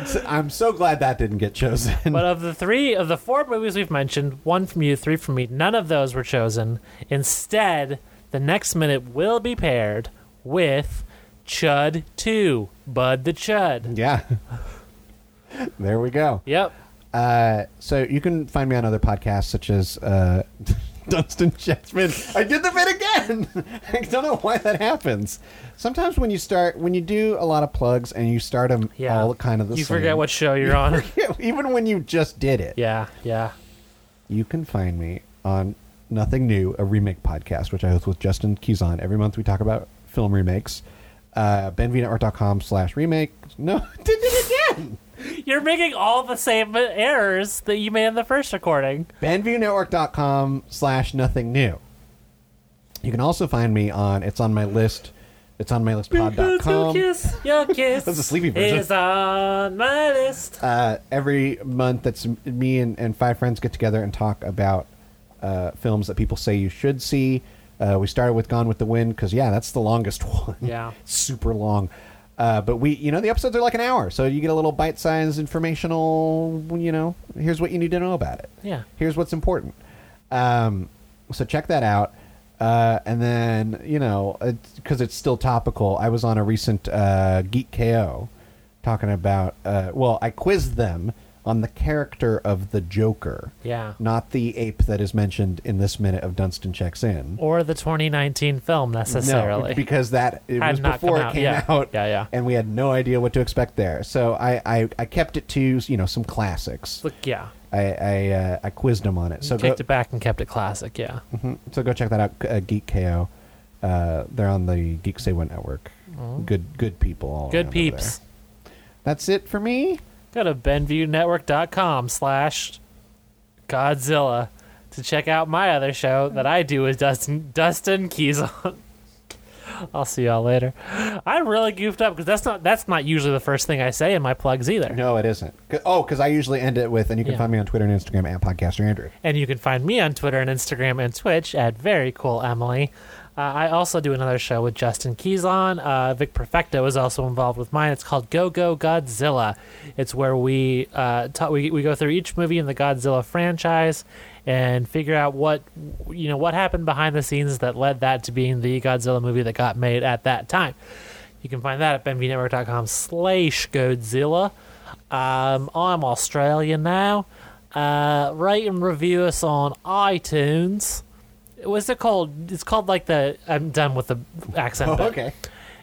S- I'm so glad that didn't get chosen. But of the three of the four movies we've mentioned, one from you, three from me, none of those were chosen. Instead, the next minute will be paired with Chud Two, Bud the Chud. yeah. there we go. Yep. Uh, so you can find me on other podcasts such as uh, Dunstan Chessman. I did the bit again. I don't know why that happens. Sometimes when you start, when you do a lot of plugs and you start them Yeah. all kind of the You same. forget what show you're on. Even when you just did it, yeah, yeah. you can find me on Nothing New, a remake podcast, which I host with Justin Kizon. Every month we talk about film remakes. Uh, BenvNetwork.com slash remake. No, I did it again. You're making all the same errors that you made in the first recording. BenviewNetwork.com slash nothing new. You can also find me on, it's on my list, it's on my list Because your pod.com. kiss, your kiss That's a sleepy version. is on my list. Uh, every month, that's me and, and five friends get together and talk about uh, films that people say you should see. Uh, we started with Gone with the Wind because, yeah, that's the longest one. Yeah. Super long. Uh, but we, you know, the episodes are like an hour. So you get a little bite sized informational, you know, here's what you need to know about it. Yeah. Here's what's important. Um, so check that out. Uh, and then, you know, because it's still topical, I was on a recent uh, Geek KO talking about, uh, well, I quizzed them on the character of the Joker. Yeah. Not the ape that is mentioned in this minute of Dunstan Checks In. Or the 2019 film necessarily. No, because that it Had was not before come it out. came Yeah. out. Yeah, yeah. And we had no idea what to expect there. So I, I, I kept it to, you know, some classics. Look, yeah. I, I, uh, I quizzed them on it. So go, Kicked it back and kept it classic, yeah. Mhm. So go check that out, uh, Geek KO. Uh, they're on the Geek Say What network. Good, good people. All around Oh. Good over peeps. there. That's it for me. Go to BenviewNetwork.com slash Godzilla to check out my other show that I do with Dustin Dustin Keizon. I'll see y'all later. I really goofed up because that's not that's not usually the first thing I say in my plugs either. No, it isn't. 'Cause- Oh, because I usually end it with, and you can Yeah. find me on Twitter and Instagram at Podcaster Andrew. And you can find me on Twitter and Instagram and Twitch at Very Cool Emily. Uh, I also do another show with Justin Keyson. Uh, Vic Perfecto is also involved with mine. It's called Go Go Godzilla. It's where we uh, ta- we we go through each movie in the Godzilla franchise and figure out what you know what happened behind the scenes that led that to being the Godzilla movie that got made at that time. You can find that at benvnetwork.com slash Godzilla. Um, I'm Australian now. Uh, rate and review us on iTunes. What's it called? It's called like the. I'm done with the accent. Oh, bit. okay.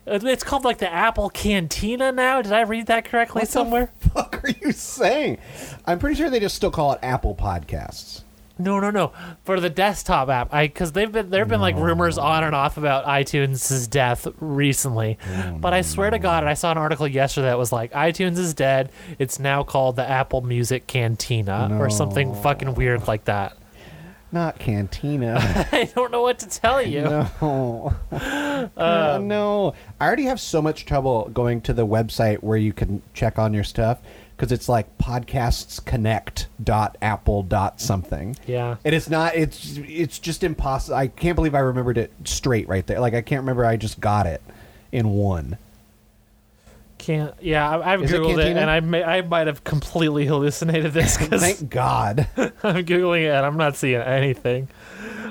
It's called like the Apple Cantina now. Did I read that correctly What the somewhere? fuck are you saying? I'm pretty sure they just still call it Apple Podcasts. No, no, no. For the desktop app, I because they've been there've been like rumors on and off about iTunes' death recently, but I swear to God, I saw an article yesterday that was like iTunes is dead. It's now called the Apple Music Cantina or something fucking weird like that. Not Cantina. I don't know what to tell you. no. Oh, no. I already have so much trouble going to the website where you can check on your stuff because it's like podcastsconnect.apple. something. Yeah. And it's not it's it's just impossible. I can't believe I remembered it straight right there. Like I can't remember I just got it in one. Can't. Yeah, I, I've Is it googled it, Cantina? and I may, I might have completely hallucinated this because Thank God. I'm googling it and I'm not seeing anything.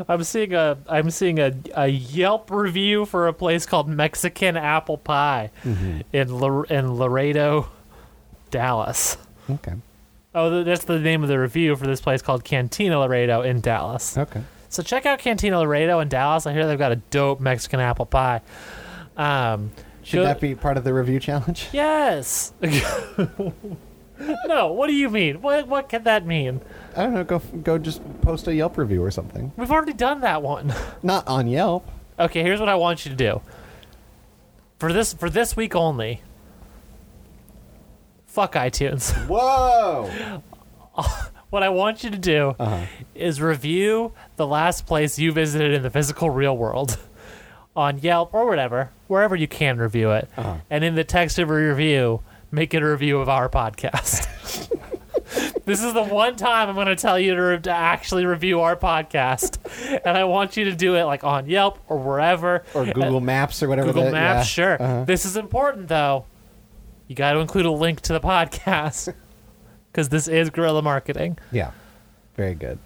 I'm seeing a I'm seeing a, a Yelp review for a place called Mexican Apple Pie Mm-hmm. in Lor- in Laredo, Dallas. okay. Oh, th- that's the name of the review for this place called Cantina Laredo in Dallas. Okay. So check out Cantina Laredo in Dallas. I hear they've got a dope Mexican apple pie. Um, Should go- that be part of the review challenge? Yes. no, what do you mean? What what can that mean? I don't know. Go go just post a Yelp review or something. We've already done that one. Not on Yelp. Okay, here's what I want you to do. For this for this week only. Fuck iTunes. Whoa. what I want you to do is review the last place you visited in the physical real world on Yelp or whatever, wherever you can review it. And in the text of a review, make it a review of our podcast. this is the one time I'm going to tell you to, re- to actually review our podcast. and I want you to do it like on Yelp or wherever. Or Google Maps or whatever. Google that- Maps, yeah. sure. Uh-huh. This is important though. You got to include a link to the podcast because this is guerrilla marketing. Yeah. Very good.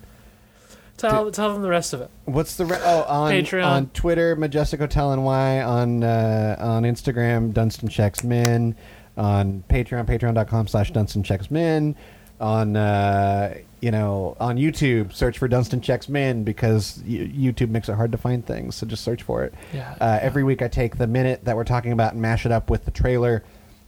Tell tell them the rest of it. What's the re- oh on Patreon. on Twitter Majestic Hotel NY on uh, on Instagram Dunstan Checks Men on Patreon Patreon.com slash Dunstan Checks Men on uh, you know on YouTube. Search for Dunstan checks men because y- YouTube makes it hard to find things. So just search for it. Yeah. Uh, every week I take the minute that we're talking about and mash it up with the trailer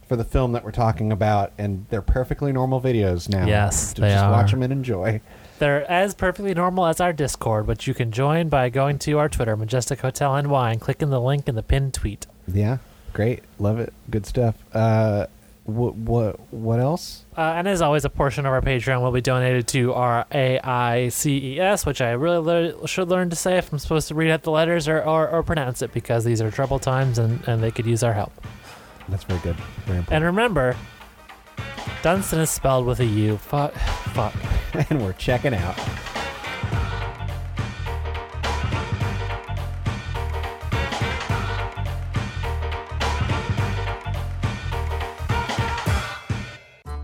for the film that we're talking about, and they're perfectly normal videos now. Yes, just, they just are. watch them and enjoy. They're as perfectly normal as our Discord, which you can join by going to our Twitter, Majestic Hotel NY, and clicking the link in the pinned tweet. Yeah, great, love it, good stuff. Uh, what what what else? Uh, and as always, a portion of our Patreon will be donated to our AICES, E which I really lear- should learn to say if I'm supposed to read out the letters or, or, or pronounce it, because these are trouble times and, and they could use our help. That's very good. Very important. And remember, Dunstan is spelled with a U. Fuck. Fuck. and we're checking out.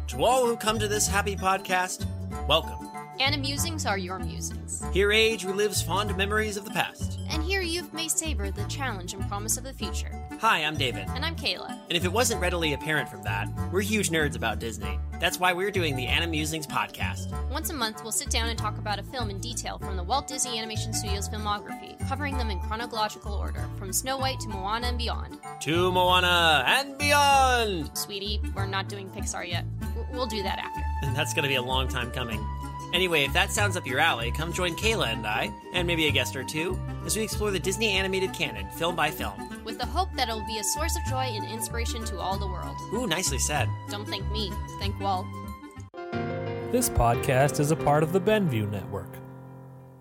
To all who come to this happy podcast, welcome. Anna musings are your musings. Here, age relives fond memories of the past. And here you may savor the challenge and promise of the future. Hi, I'm David. And I'm Kayla. And if it wasn't readily apparent from that, we're huge nerds about Disney. That's why we're doing the Anna Musings podcast. Once a month, we'll sit down and talk about a film in detail from the Walt Disney Animation Studios filmography, covering them in chronological order, from Snow White to Moana and beyond. To Moana and beyond! Sweetie, we're not doing Pixar yet. W- We'll do that after. That's gonna be a long time coming. Anyway, if that sounds up your alley, come join Kayla and I, and maybe a guest or two, as we explore the Disney animated canon, film by film. With the hope that it'll be a source of joy and inspiration to all the world. Ooh, nicely said. Don't thank me, thank Walt. This podcast is a part of the Benview Network.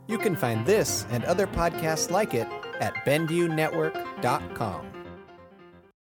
You can find this and other podcasts like it at BenviewNetwork.com.